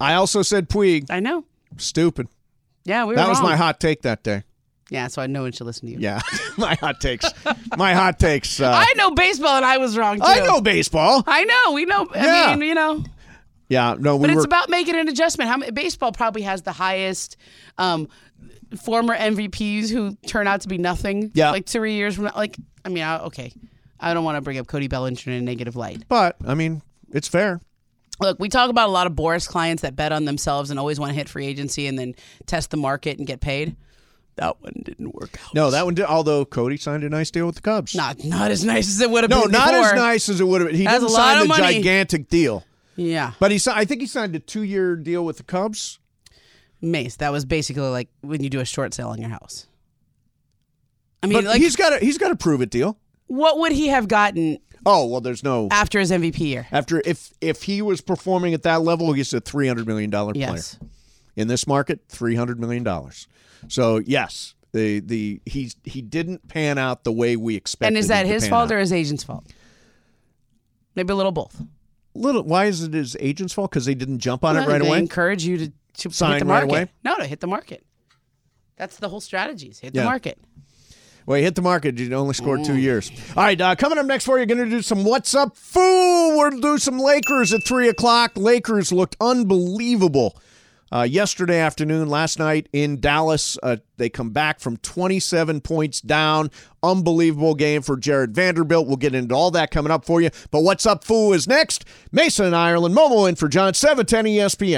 A: I also said Puig.
B: I know.
A: Stupid.
B: Yeah, we were
A: That was
B: wrong.
A: my hot take that day.
B: Yeah, so I know one should listen to you.
A: Yeah, my hot takes. My hot takes. Uh, I,
B: I know baseball, and I was wrong too.
A: know baseball.
B: I know. We know. I
A: Yeah.
B: mean, you know.
A: Yeah, no, we
B: But
A: were.
B: it's about making an adjustment. How many, baseball probably has the highest um, former MVPs who turn out to be nothing.
A: Yeah.
B: like three years from now. Like, I mean, I, okay, I don't want to bring up Cody Bellinger in a negative light.
A: but I mean, it's fair.
B: Look, we talk about a lot of Boris clients that bet on themselves and always want to hit free agency and then test the market and get paid. That one didn't work out.
A: No, that one did. Although Cody signed a nice deal with the Cubs.
B: not not as nice as it would have
A: no,
B: been.
A: not as
B: before.
A: nice as it would have. been. He
B: That's
A: didn't
B: a lot
A: sign
B: of
A: the
B: money.
A: gigantic deal,
B: Yeah,
A: but he. si- I think he signed a two-year deal with the Cubs.
B: Mace. That was basically like when you do a short sale on your house. I mean,
A: But
B: like,
A: he's got a he's got to prove it deal.
B: what would he have gotten
A: Oh well, there's no
B: after his MVP year?
A: after if if he was performing at that level, he's a three hundred million dollar player.
B: Yes.
A: in this market, three hundred million dollars. So yes, the the he's he didn't pan out the way we expected.
B: And is
A: him
B: that
A: to
B: his
A: pan
B: fault
A: out.
B: or his agent's fault? Maybe a little both.
A: little? Why is it his agent's fault? Because they didn't jump on it
B: Well,
A: right
B: they
A: away.
B: encourage you to, to
A: Sign
B: hit the
A: right
B: market.
A: away?
B: No, no, hit the market. That's the whole strategy. is Hit
A: Yeah.
B: the market.
A: Well, he hit the market. You only scored two years. All right, uh, coming up next for you, going to do some What's Up Fool. We're going to do some Lakers at 3 o'clock. Lakers looked unbelievable uh, yesterday afternoon, last night in Dallas. Uh, they come back from 27 points down. Unbelievable game for Jared Vanderbilt. We'll get into all that coming up for you. But What's Up Fool is next. Mason in Ireland, Momo in for John E 710 ESPN.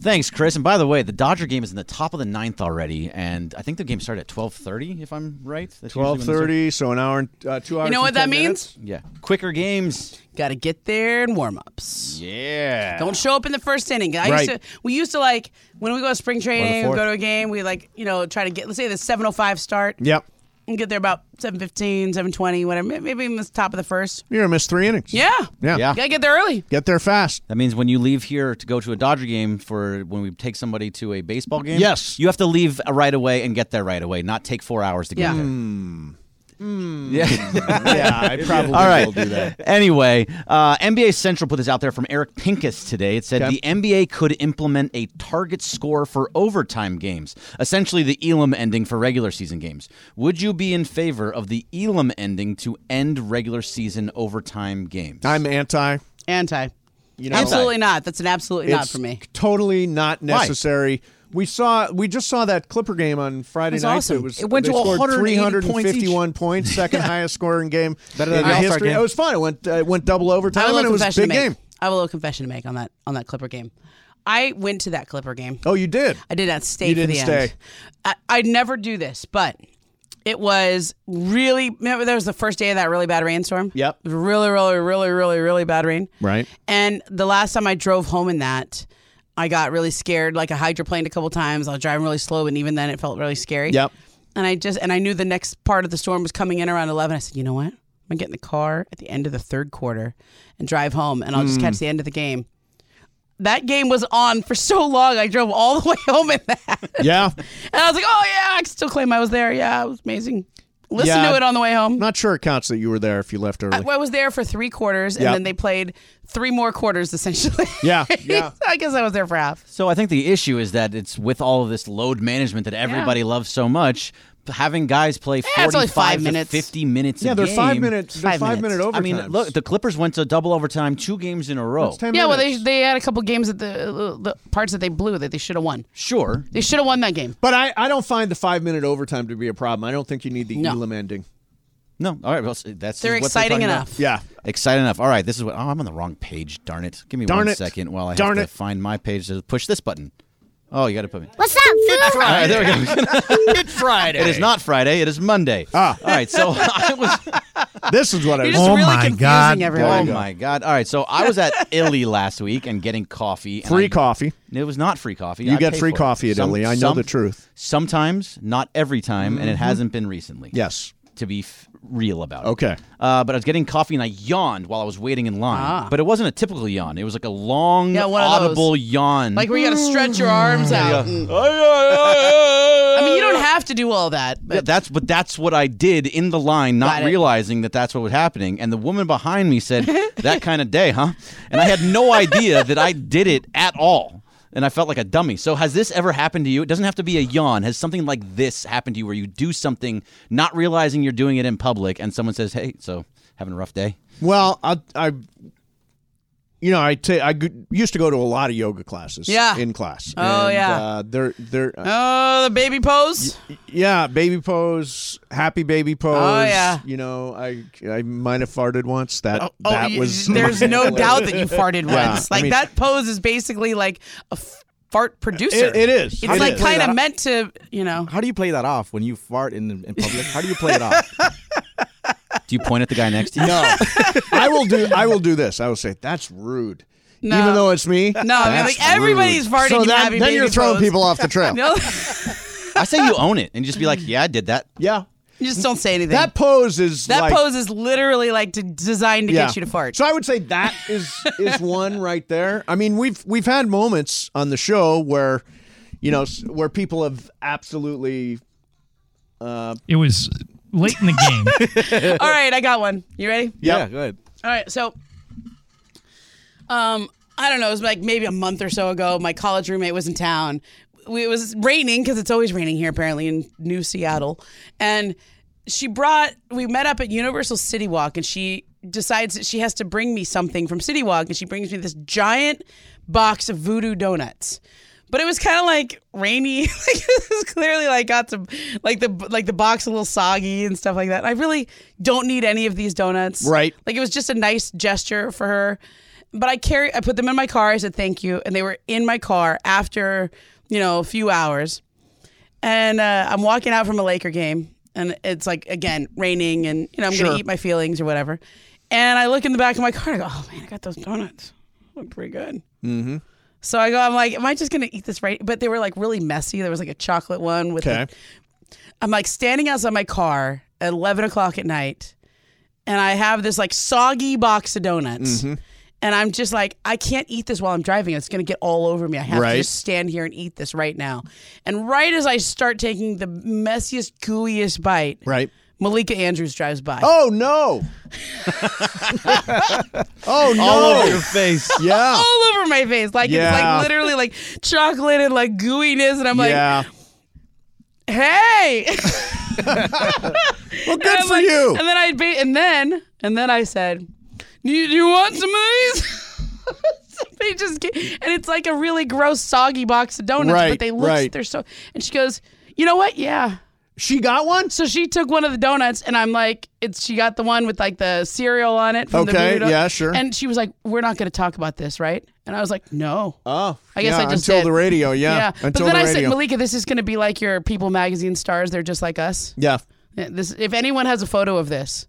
C: Thanks, Chris. And by the way, the Dodger game is in the top of the ninth already, and I think the game started at twelve thirty, if I'm right. That's usually when they start.
A: 1230, so an hour and uh, two hours.
B: You know
A: and
B: what that
A: 10 minutes.
B: means?
C: Yeah, quicker games.
B: Got to get there and warm ups.
C: Yeah.
B: Don't show up in the first inning. I
A: Right.
B: used to, we used to like when we go to spring training, we
C: fourth.
B: go to a game, we like you know try to get let's say the 7:05 start
A: Yep.
B: and get there about 7:15, 7:20, whatever. may- Maybe even the top of the first.
A: You're going to miss three innings.
B: Yeah,
A: Yeah.
C: Yeah.
B: gotta get there early.
A: Get there fast.
C: That means when you leave here to go to a Dodger game for when we take somebody to a baseball game.
A: Yes.
C: You have to leave right away and get there right away, not take four hours to get
B: Yeah.
C: there. Yeah.
A: yeah, I probably
C: All right.
A: will do that.
C: Anyway, uh, NBA Central put this out there from Eric Pincus today. It said
A: Okay.
C: the NBA could implement a target score for overtime games, essentially the Elam ending for regular season games. Would you be in favor of the Elam ending to end regular season overtime games?
A: I'm anti.
B: Anti.
A: You know,
B: absolutely not. That's an absolutely not
A: it's
B: for me.
A: Totally not necessary. We saw we just saw that Clipper game on Friday
B: It was
A: night.
B: awesome.
A: It was
C: It went
A: they
C: to
A: scored
C: 180 points each.
A: 351 points, second highest scoring game
C: Better
A: in
C: than the All-Star
A: history.
C: game.
A: It was fun. It went uh, it went double
B: I have a
A: overtime and it
B: little
A: was a
B: confession
A: big
B: to make.
A: game.
B: I have a little confession to make on that on that Clipper game. I went to that Clipper game.
A: Oh, you did.
B: I did not stay
A: You
B: for
A: didn't
B: the
A: stay.
B: end. I, I never do this, but it was really. Remember, there was the first day of that really bad rainstorm.
A: Yep.
B: It was really, really, really, really, really bad rain.
A: Right.
B: And the last time I drove home in that, I got really scared. Like I hydroplaned a couple times. I was driving really slow, and even then, it felt really scary.
A: Yep.
B: And I just and I knew the next part of the storm was coming in around eleven. I said, you know what? I'm
A: Hmm.
B: gonna get in the car at the end of the third quarter and drive home, and I'll just catch the end of the game. that game was on for so long. I drove all the way home in that.
A: Yeah.
B: And I was like, oh, yeah, I can still claim I was there. Yeah, it was amazing. Listen
A: Yeah.
B: to it on the way home.
A: I'm not sure it counts that you were there if you left early.
B: I was there for three quarters, and
A: Yeah.
B: then they played three more quarters, essentially.
A: Yeah, yeah.
B: I guess I was there for half.
C: So I think the issue is that it's with all of this load management that everybody loves so much, having guys play
B: Yeah, it's only
C: 45
B: five
C: to
B: minutes.
C: 50 minutes
A: yeah,
C: a
A: they're five
C: game.
A: minutes. They're
B: Five
A: five minute overtimes.
B: minutes.
C: I mean, look, the Clippers went to double overtime two games in a row.
A: It's 10
B: Yeah, well, they,
A: minutes.
B: they had a couple games at the, the parts that they blew that they should have won.
C: Sure.
B: They should have won that game.
A: But I, I don't find the five minute overtime to be a problem. I don't think you need the
B: No.
A: Elam ending.
C: No. All right. Well, s- that's
B: They're
C: what
B: exciting
C: talking about.
B: enough.
A: Yeah.
C: Exciting enough. All right. This is what. Oh, I'm on the wrong page. Darn it. Give me
A: Darn
C: one
A: it.
C: second while I
A: Darn
C: have
A: it.
C: to find my page to push this button. Oh, you got to put me.
D: What's up, fool?
C: All right. There we go.
A: Friday.
C: it is not Friday. It is Monday.
A: Ah.
C: All right. So I was.
A: This is what I
B: You're
A: was.
B: just
E: Oh
B: really
E: my
B: confusing
E: God.
B: everyone.
C: Oh my God! All right, so I was at Illy last week and getting coffee. and
A: Free
C: I-
A: coffee.
C: It was not free coffee.
A: You
C: I
A: get
C: pay
A: free
C: for it.
A: coffee at
C: Some-
A: Illy. I know
C: some-
A: the truth.
C: Sometimes, not every time, and it hasn't been recently.
A: Yes.
C: To be f- real about it.
A: Okay.
C: Uh, but I was getting coffee and I yawned while I was waiting in line. But it wasn't a typical yawn. It was like a long,
B: Ah. Yeah, one of those.
C: audible yawn.
B: Like where you got to stretch your arms out. and- I mean, you don't have to do all that,
C: Yeah,
B: but
C: that's but that's what I did in the line,
B: Got
C: not
B: it.
C: realizing that that's what was happening. And the woman behind me said, "That kind of day, huh?" And I had no idea that I did it at all, and I felt like a dummy. So has this ever happened to you? It doesn't have to be a yawn. Has something like this happened to you, where you do something not realizing you're doing it in public, and someone says, "Hey, so having a rough day?"
A: Well, I, I you know, I ta- I g- used to go to a lot of yoga classes.
B: Yeah.
A: In class.
B: Oh,
A: And,
B: yeah.
A: Uh, they're they're uh,
B: oh, the baby pose.
A: yeah, baby pose, happy baby pose.
B: Oh, yeah.
A: You know, I I might have farted once. That
B: Oh,
A: that
B: y-
A: was
B: there's no doubt that you farted
A: Yeah,
B: once.
A: I
B: Like
A: mean-
B: that pose is basically like a f- fart producer.
A: It, it is.
B: It's
A: It
B: like
A: is.
B: kind of meant to, you know.
E: How do you play that off when you fart in, in public? How do you play it off?
C: Do you point at the guy next to you?
A: No, I will do. I will do this. I will say that's rude, even though it's me.
B: No, I mean,
C: That's
B: like everybody's
C: rude.
B: farting.
A: so
B: in
A: that-
B: happy
A: then
B: baby
A: you're throwing
B: pose.
A: people off the trail.
B: No,
C: I say you own it and just be like, "Yeah, I did that."
A: Yeah,
B: you just don't say anything.
A: that
B: That,
A: pose is like,
B: pose is literally like to, designed to
A: yeah.
B: get you to fart.
A: So I would say that is is one right there. I mean, we've we've had moments on the show where, you know, s- where people have absolutely
F: It was late in the game.
B: All right, I got one. You ready?
E: Yeah, good.
B: All right, so um I don't know, it was like maybe a month or so ago, my college roommate was in town. We- It was raining because it's always raining here apparently in New Seattle. And she brought we met up at Universal City Walk and she decides that she has to bring me something from City Walk and she brings me this giant box of voodoo donuts. But it was kind of like rainy. like this is clearly like got some like the like the box a little soggy and stuff like that. I really don't need any of these donuts.
A: Right.
B: Like it was just a nice gesture for her. But I carry I put them in my car. I said thank you, and they were in my car after you know a few hours. And uh, I'm walking out from a Laker game, and it's like again raining, and you know I'm
A: Sure.
B: gonna eat my feelings or whatever. And I look in the back of my car. and I go, oh man, I got those donuts. Look pretty good. Mm-hmm. So I go, I'm like, am I just gonna eat this right? But they were like really messy. There was like a chocolate one with
A: okay.
B: like, I'm like standing outside my car at 11 o'clock at night, and I have this like soggy box of donuts.
A: Mm-hmm.
B: And I'm just like, I can't eat this while I'm driving. It's going to get all over me. I have
A: Right.
B: to just stand here and eat this right now. And right as I start taking the messiest, gooeyest bite,
A: Right.
B: Malika Andrews drives by.
A: Oh no. oh no.
C: All over your face.
A: yeah.
B: All over my face. Like it's
A: Yeah.
B: like literally like chocolate and like gooiness. And I'm
A: yeah.
B: like, hey.
A: Well, good
B: I'm
A: for
B: like-
A: you.
B: And then I ba- and then and then I said, "Do you, do you want some of these?" Somebody just get, and it's like a really gross, soggy box of donuts,
A: Right,
B: but they look
A: right.
B: they're so. And she goes, "You know what? Yeah."
A: She got one.
B: So she took one of the donuts, and I'm like, "It's." She got the one with like the cereal on it. From
A: Okay,
B: the Voodoo.
A: yeah, sure.
B: And she was like, "We're not going to talk about this, right?" And I was like, "No."
A: Oh,
B: I guess
A: yeah,
B: I just
A: until
B: did.
A: the radio. Yeah,
B: But
A: until
B: then
A: the
B: I said,
A: radio.
B: Malika, this is going to be like your People magazine stars. They're just like us.
A: yeah,
B: Yeah, Eh, This, if anyone has a photo of this,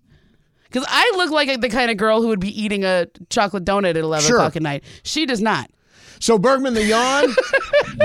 B: because I look like the kind of girl who would be eating a chocolate donut at eleven
A: Sure.
B: o'clock at night. She does not.
A: So Bergman, the yawn,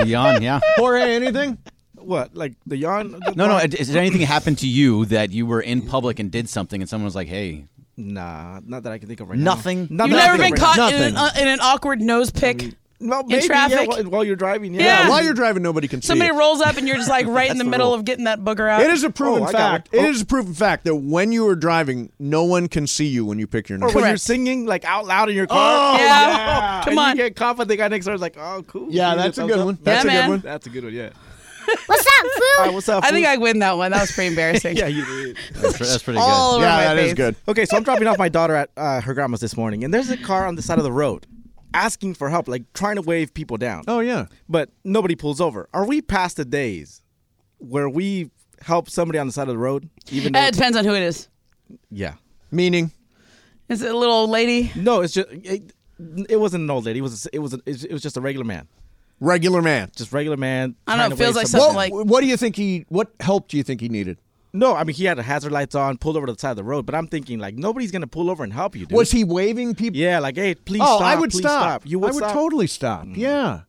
C: Yawn. Yeah.
A: Jorge, anything?
E: What? Like the yawn?
C: No, no. Is there anything happened to you that you were in public and did something, and someone was like, "Hey,
E: Nah, not that I can think of right
C: Nothing?
E: now. Not
B: You've
E: that I
B: never
E: can
B: been
E: think of right
B: caught in
A: Nothing.
B: an, uh, in an awkward nose pick.
E: now. No, maybe, yeah,
B: traffic?
E: while, while you're driving, yeah.
B: Yeah.
A: Yeah, Uh, while you're driving, nobody can see.
B: Somebody
A: it.
B: rolls up and you're just like right in the middle
E: rule.
B: of getting that booger out.
A: It is a proven
E: Oh, I got
A: fact.
E: one.
A: It
E: Oh.
A: is a proven fact that when you are driving, no one can see you when you pick your
E: Or
A: nose.
E: when you're
B: Correct.
E: singing like out loud in your car.
B: Oh, yeah. Come
E: and
B: on.
E: You get caught by the guy next door. It's like, oh, cool.
A: Yeah,
E: Give you
A: that's a
E: thumbs
A: good
E: up.
A: one.
B: That's a good man. one.
E: That's a good one. Yeah.
D: What's up, fool?
E: All right, what's up?
B: I think
E: fool?
B: I win that one. That was pretty embarrassing.
E: Yeah, you did.
C: That's, that's pretty
B: All
C: good.
B: over
A: yeah,
B: my
A: that
B: face.
A: is good.
E: Okay, so I'm dropping off my daughter at uh, her grandma's this morning, and there's a car on the side of the road asking for help, like trying to wave people down.
A: Oh yeah.
E: But nobody pulls over. Are we past the days where we help somebody on the side of the road? Even though,
B: Uh, It depends on who it is.
E: yeah.
A: Meaning,
B: Is it a little old lady?
E: No, it's just it, it wasn't an old lady. It was it was it was just a regular man,
A: regular man.
E: just regular man.
B: I don't
E: trying
B: know,
E: to
B: it feels
E: wave
B: like
E: somebody
A: What,
B: something
E: down.
B: like-
A: what do you think he? What help do you think he needed?
E: No, I mean he had the hazard lights on, pulled over to the side of the road. But I'm thinking like nobody's gonna pull over and help you, dude.
A: Was he waving people?
E: yeah, like hey, please
A: oh,
E: stop.
A: I would
E: please
A: stop.
E: You would,
A: I would
E: stop. Mm.
A: totally stop. Yeah.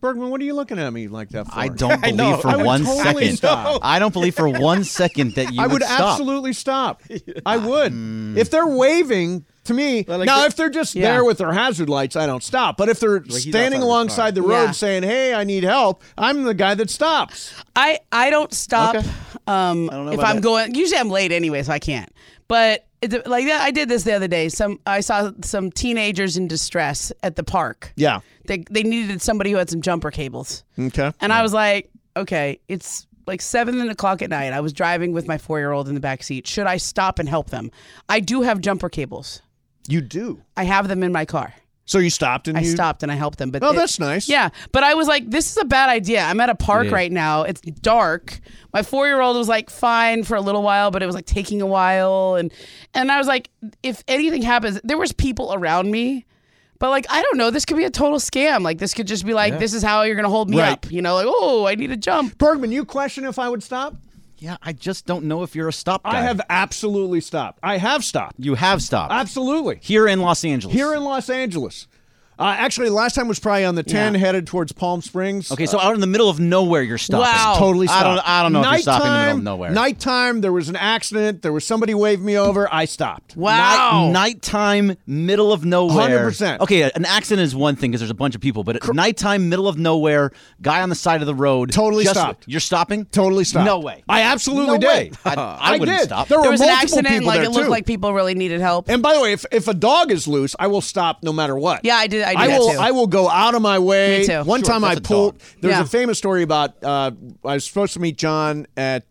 A: Bergman, what are you looking at me like that for?
C: I don't
E: I
C: believe
E: know,
C: for
E: I would
C: one
A: totally
C: second.
A: stop.
C: I don't believe for one second that you
A: I would
C: stop.
A: absolutely stop. I would. If they're waving to me,
E: Well, like
A: now
E: the-
A: if they're just
B: Yeah.
A: there with their hazard lights, I don't stop. But if they're
E: he's
A: standing
E: outside the
A: alongside the road
B: Yeah.
A: saying, "Hey, I need help," I'm the guy that stops.
B: I I don't stop.
A: Okay.
B: Um,
C: don't know
B: if
C: about
B: I'm
C: that.
B: going, usually I'm late anyway, so I can't. But it's like that, I did this the other day. Some I saw some teenagers in distress at the park.
A: Yeah.
B: They they needed somebody who had some jumper cables,
A: Okay.
B: and I was like, okay, it's like seven o'clock at night. I was driving with my four year old in the back seat. Should I stop and help them? I do have jumper cables.
A: You do.
B: I have them in my car.
A: So you stopped and
B: I
A: you
B: stopped and I helped them. But
A: Oh,
B: it-
A: that's nice.
B: Yeah, but I was like, this is a bad idea. I'm at a park right now. It's dark. My four year old was like fine for a little while, but it was like taking a while, and and I was like, if anything happens, there was people around me. But like I don't know, this could be a total scam. Like this could just be like, this is how you're gonna hold me
A: Right.
B: up. You know, like oh, I need to jump.
A: Bergman, you question if I would stop?
C: Yeah, I just don't know if you're a stop guy.
A: I have absolutely stopped. I have stopped.
C: You have stopped.
A: Absolutely.
C: Here in Los Angeles.
A: Here in Los Angeles. Uh, actually, last time was probably on the 10
B: Yeah.
A: headed towards Palm Springs.
C: Okay, so out in the middle of nowhere, you're stopping.
B: Wow.
A: totally
C: Oh, I
A: stopped.
C: don't- I don't know if you're stopping in the middle
A: Nighttime-
C: of nowhere.
A: Nighttime, there was an accident. There was somebody waved me over. I stopped.
B: Wow.
C: Night, nighttime, middle of nowhere.
A: 100%.
C: Okay, an accident is one thing because there's a bunch of people, but at nighttime, middle of nowhere, guy on the side of the road.
A: Totally
C: just-
A: stopped.
C: You're stopping?
A: Totally stopped.
C: No way.
A: I absolutely
C: No way.
A: did. Uh-huh.
C: I- I wouldn't
A: did.
C: stop.
A: There,
B: there
A: were
B: was an
A: multiple
B: accident. and,
A: people
B: Like
A: there,
B: it looked
A: too.
B: like people really needed help.
A: And by the way, if, if a dog is loose, I will stop no matter what.
B: Yeah, I did- I do that
A: will.
B: too.
A: I will go out of my way.
B: Me too.
A: One
B: Sure,
A: time I
C: that's a
A: pulled.
C: dog.
A: There's
B: Yeah.
A: a famous story about. Uh, I was supposed to meet John at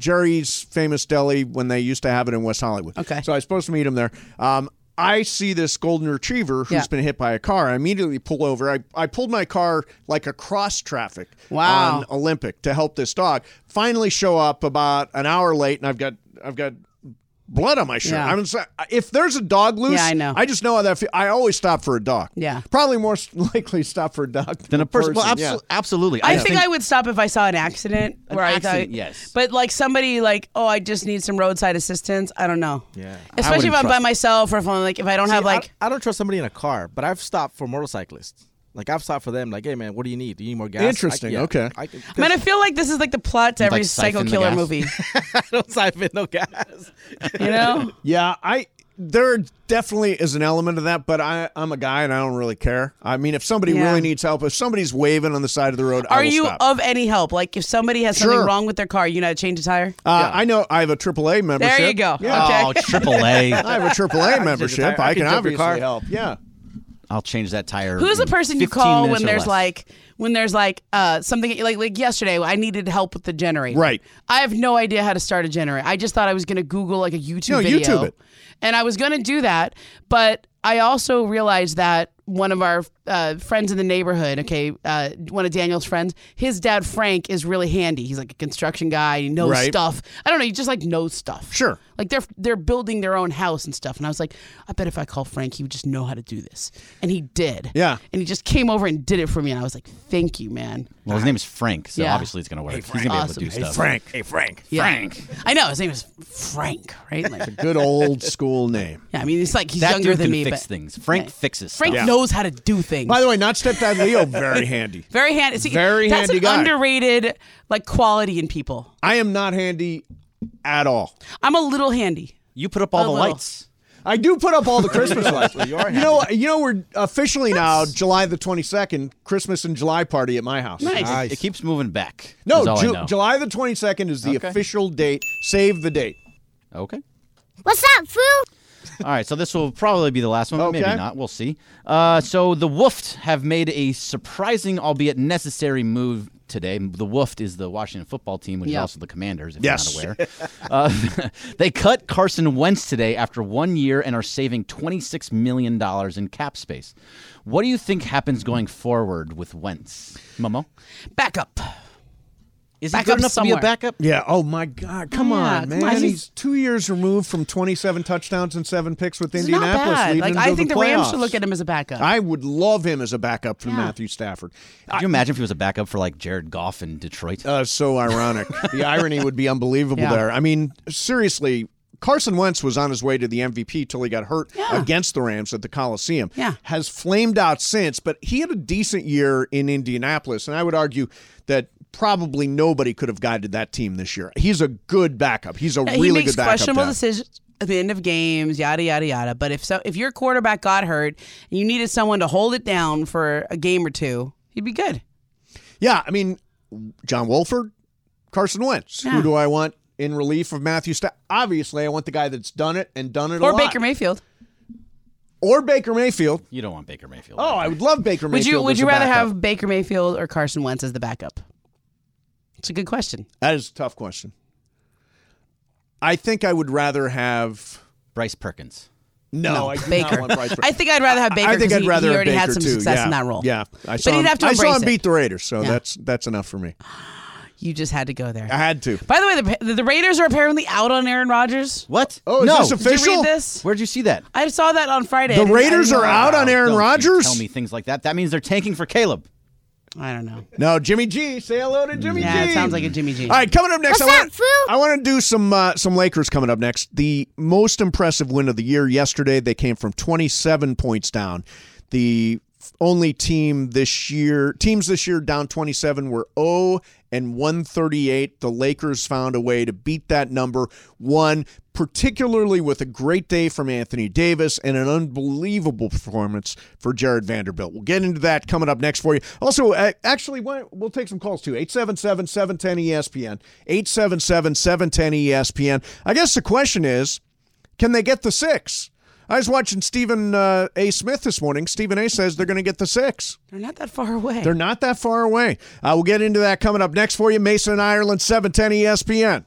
A: Jerry's Famous Deli when they used to have it in West Hollywood.
B: Okay.
A: So I was supposed to meet him there. Um, I see this golden retriever who's
B: Yeah.
A: been hit by a car. I immediately pull over. I, I pulled my car like across traffic
B: Wow.
A: on Olympic to help this dog. Finally show up about an hour late, and I've got I've got blood on my shirt.
B: Yeah.
A: I'm so- if there's a dog loose,
B: Yeah, I know.
A: I just know how that. Feel. I always stop for a dog.
B: Yeah.
A: probably more s- likely stop for a dog
C: Then a person. well,
A: yeah.
C: abso- absolutely.
B: I think I would stop if I saw an accident. where I
C: accident,
B: thought,
C: yes.
B: But like somebody like, oh, I just need some roadside assistance. I don't know.
E: Yeah.
B: Especially if
C: wouldn't
B: I'm by
C: trust-
B: myself or if I'm like if I don't have
E: See, I-
B: like
E: I, don't trust somebody in a car, but I've stopped for motorcyclists. Like I've stopped for them. Like, hey man, what do you need? Do you need more gas?
A: Interesting, okay.
E: I can,
B: Man, I feel like this is like the plot to every
C: like
B: psycho
C: siphon the
B: killer
C: gas.
B: movie.
E: I don't siphon no gas.
B: You know?
A: Yeah, I there definitely is an element of that, but I I'm a guy and I don't really care. I mean, if somebody
B: Yeah.
A: really needs help, if somebody's waving on the side of the road, I
B: Are
A: will
B: you
A: stop. Uh,
B: of any help? Like if somebody has something
A: Sure.
B: wrong with their car, you know how to change a tire?
A: Uh, I know I have a AAA membership.
B: There you go.
A: Yeah.
C: Oh, AAA.
A: I have a AAA membership.
E: tire.
A: I
E: I
A: can,
E: can jump your
A: obviously
E: car.
A: help. Yeah.
C: I'll change that tire.
B: Who's the
C: in
B: person you
C: 15
B: call
C: minutes
B: when
C: or
B: there's
C: less.
B: like when there's like uh something like like yesterday I needed help with the generator.
A: Right.
B: I have no idea how to start a generator. I just thought I was gonna Google like a YouTube
A: No,
B: video.
A: YouTube it.
B: And I was gonna do that, but I also realized that one of our uh, friends in the neighborhood, okay, uh, one of Daniel's friends, his dad Frank is really handy. He's like a construction guy. He knows
A: Right.
B: stuff. I don't know. He just like knows stuff.
A: Sure.
B: Like they're they're building their own house and stuff. And I was like, I bet if I call Frank, he would just know how to do this. And he did.
A: Yeah.
B: And he just came over and did it for me. And I was like, thank you, man.
C: Well, his name is Frank, so
B: Yeah.
C: obviously it's going to work. He's going to be able to
B: Awesome.
C: do
B: Hey,
C: stuff.
A: Frank.
B: Yeah. Frank. I know. His name is Frank, right? Like,
A: Good old school name.
B: yeah, I mean, he's like, he's
C: That
B: younger
C: dude
B: than
C: can
B: me.
C: fix
B: but
C: things. Frank
B: Yeah.
C: fixes
B: Frank
C: stuff.
B: knows how to do things.
A: By the way, not stepdad Leo, very handy.
B: very handy. See,
A: very
B: that's
A: handy
B: an
A: guy.
B: underrated like quality in people.
A: I am not handy at all.
B: I'm a little handy.
C: You put up all
B: A
C: the
B: little.
C: lights.
A: I do put up all the Christmas lights.
E: Well, you are
A: you know, you know, we're officially now July the 22nd, Christmas and July party at my house. Uh,
B: Nice.
E: Nice.
C: It keeps moving back.
A: No,
C: is all I
A: Ju-
C: know.
A: July the 22nd is the
C: Okay.
A: official date. Save the date.
C: Okay.
D: What's up, fool?
C: All right, so this will probably be the last one. but Maybe
A: Okay.
C: not. We'll see. Uh, so the Wooft have made a surprising, albeit necessary, move today. The Wooft is the Washington football team, which
B: Yeah.
C: is also the Commanders, if
A: Yes.
C: you're not aware. uh, they cut Carson Wentz today after one year and are saving $26 million in cap space. What do you think happens going forward with Wentz? Momo?
B: Back up.
C: Is he
B: Backup
C: good enough to be
B: somewhere.
C: a backup?
A: Yeah. Oh my God. Come
B: Yeah,
A: on,
B: come
A: man.
B: on. He's-
A: He's two years removed from 27 touchdowns and seven picks with
B: It's not
A: Indianapolis.
B: bad.
A: leading
B: Like
A: into
B: I think the,
A: the,
B: Rams
A: playoffs.
B: should look at him as a backup.
A: I would love him as a backup from
B: Yeah.
A: Matthew Stafford.
C: Could you imagine if he was a backup for like Jared Goff in Detroit?
A: Uh, so ironic. the irony would be unbelievable
B: Yeah.
A: there. I mean, seriously, Carson Wentz was on his way to the MVP till he got hurt
B: Yeah.
A: against the Rams at the Coliseum.
B: Yeah.
A: Has flamed out since, but he had a decent year in Indianapolis, and I would argue that probably nobody could have guided that team this year. He's a good backup. He's a
B: Yeah,
A: really
B: he makes
A: good backup.
B: questionable
A: to have.
B: decisions at the end of games, yada yada yada. But if so, if your quarterback got hurt and you needed someone to hold it down for a game or two, he'd be good.
A: Yeah, I mean, John Wolford, Carson Wentz. Who
B: Yeah.
A: do I want in relief of Matthew Stafford? Obviously, I want the guy that's done it and done it a
B: Or
A: lot.
B: Baker Mayfield.
A: or Baker Mayfield.
C: you don't want Baker Mayfield.
A: Oh, I would love Baker
B: Would
A: Mayfield.
B: you Would
A: as
B: you
A: a
B: rather
A: backup.
B: have Baker Mayfield or Carson Wentz as the backup? It's a good question.
A: That is a tough question. I think I would rather have.
C: Bryce Perkins.
A: No, I do
B: Baker.
A: not want Bryce.
B: I think I'd rather have Baker.
A: I think
B: 'cause
A: I'd
B: he,
A: rather
B: he
A: have
B: already
A: Baker
B: had some
A: too.
B: success
A: yeah.
B: in that role.
A: Yeah, I saw
B: he'd
A: him,
B: have to
A: I saw
B: embrace
A: him
B: it.
A: beat the Raiders, so
B: Yeah.
A: that's that's enough for me.
B: You just had to go there.
A: I had to.
B: By the way, the, the Raiders are apparently out on Aaron Rodgers.
C: What?
A: Oh, is
C: no.
A: this
B: Did you
A: Official?
B: read this?
C: Where'd you see that? Oh,
B: I saw that on Friday. I
A: The
B: didn't- I
A: Raiders
B: didn't
A: are
B: know
A: out
B: that.
A: on Aaron
C: Don't you
A: Rodgers.
C: Tell me things like that. That means they're tanking for Caleb.
B: I don't know.
A: No, Jimmy G. Say hello to Jimmy G.
B: Yeah, it sounds like a Jimmy G.
A: All right, coming up next,
D: What's
A: I
D: up,
A: want
D: fool?
A: I want to do some uh, some Lakers coming up next. The most impressive win of the year yesterday. They came from 27 points down. The only team this year, teams this year down 27 were 0 and 138. The Lakers found a way to beat that number. One, particularly with a great day from Anthony Davis and an unbelievable performance for Jared Vanderbilt. We'll get into that coming up next for you. Also, uh, actually, why- we'll take some calls too. 877 710 ESPN. 877 710 ESPN. I guess the question is can they get the six? I was watching Stephen uh, A. Smith this morning. Stephen A. says they're going to get the six.
B: They're not that far away.
A: They're not that far away. Uh, we'll get into that coming up next for you. Mason, Ireland, 710 ESPN.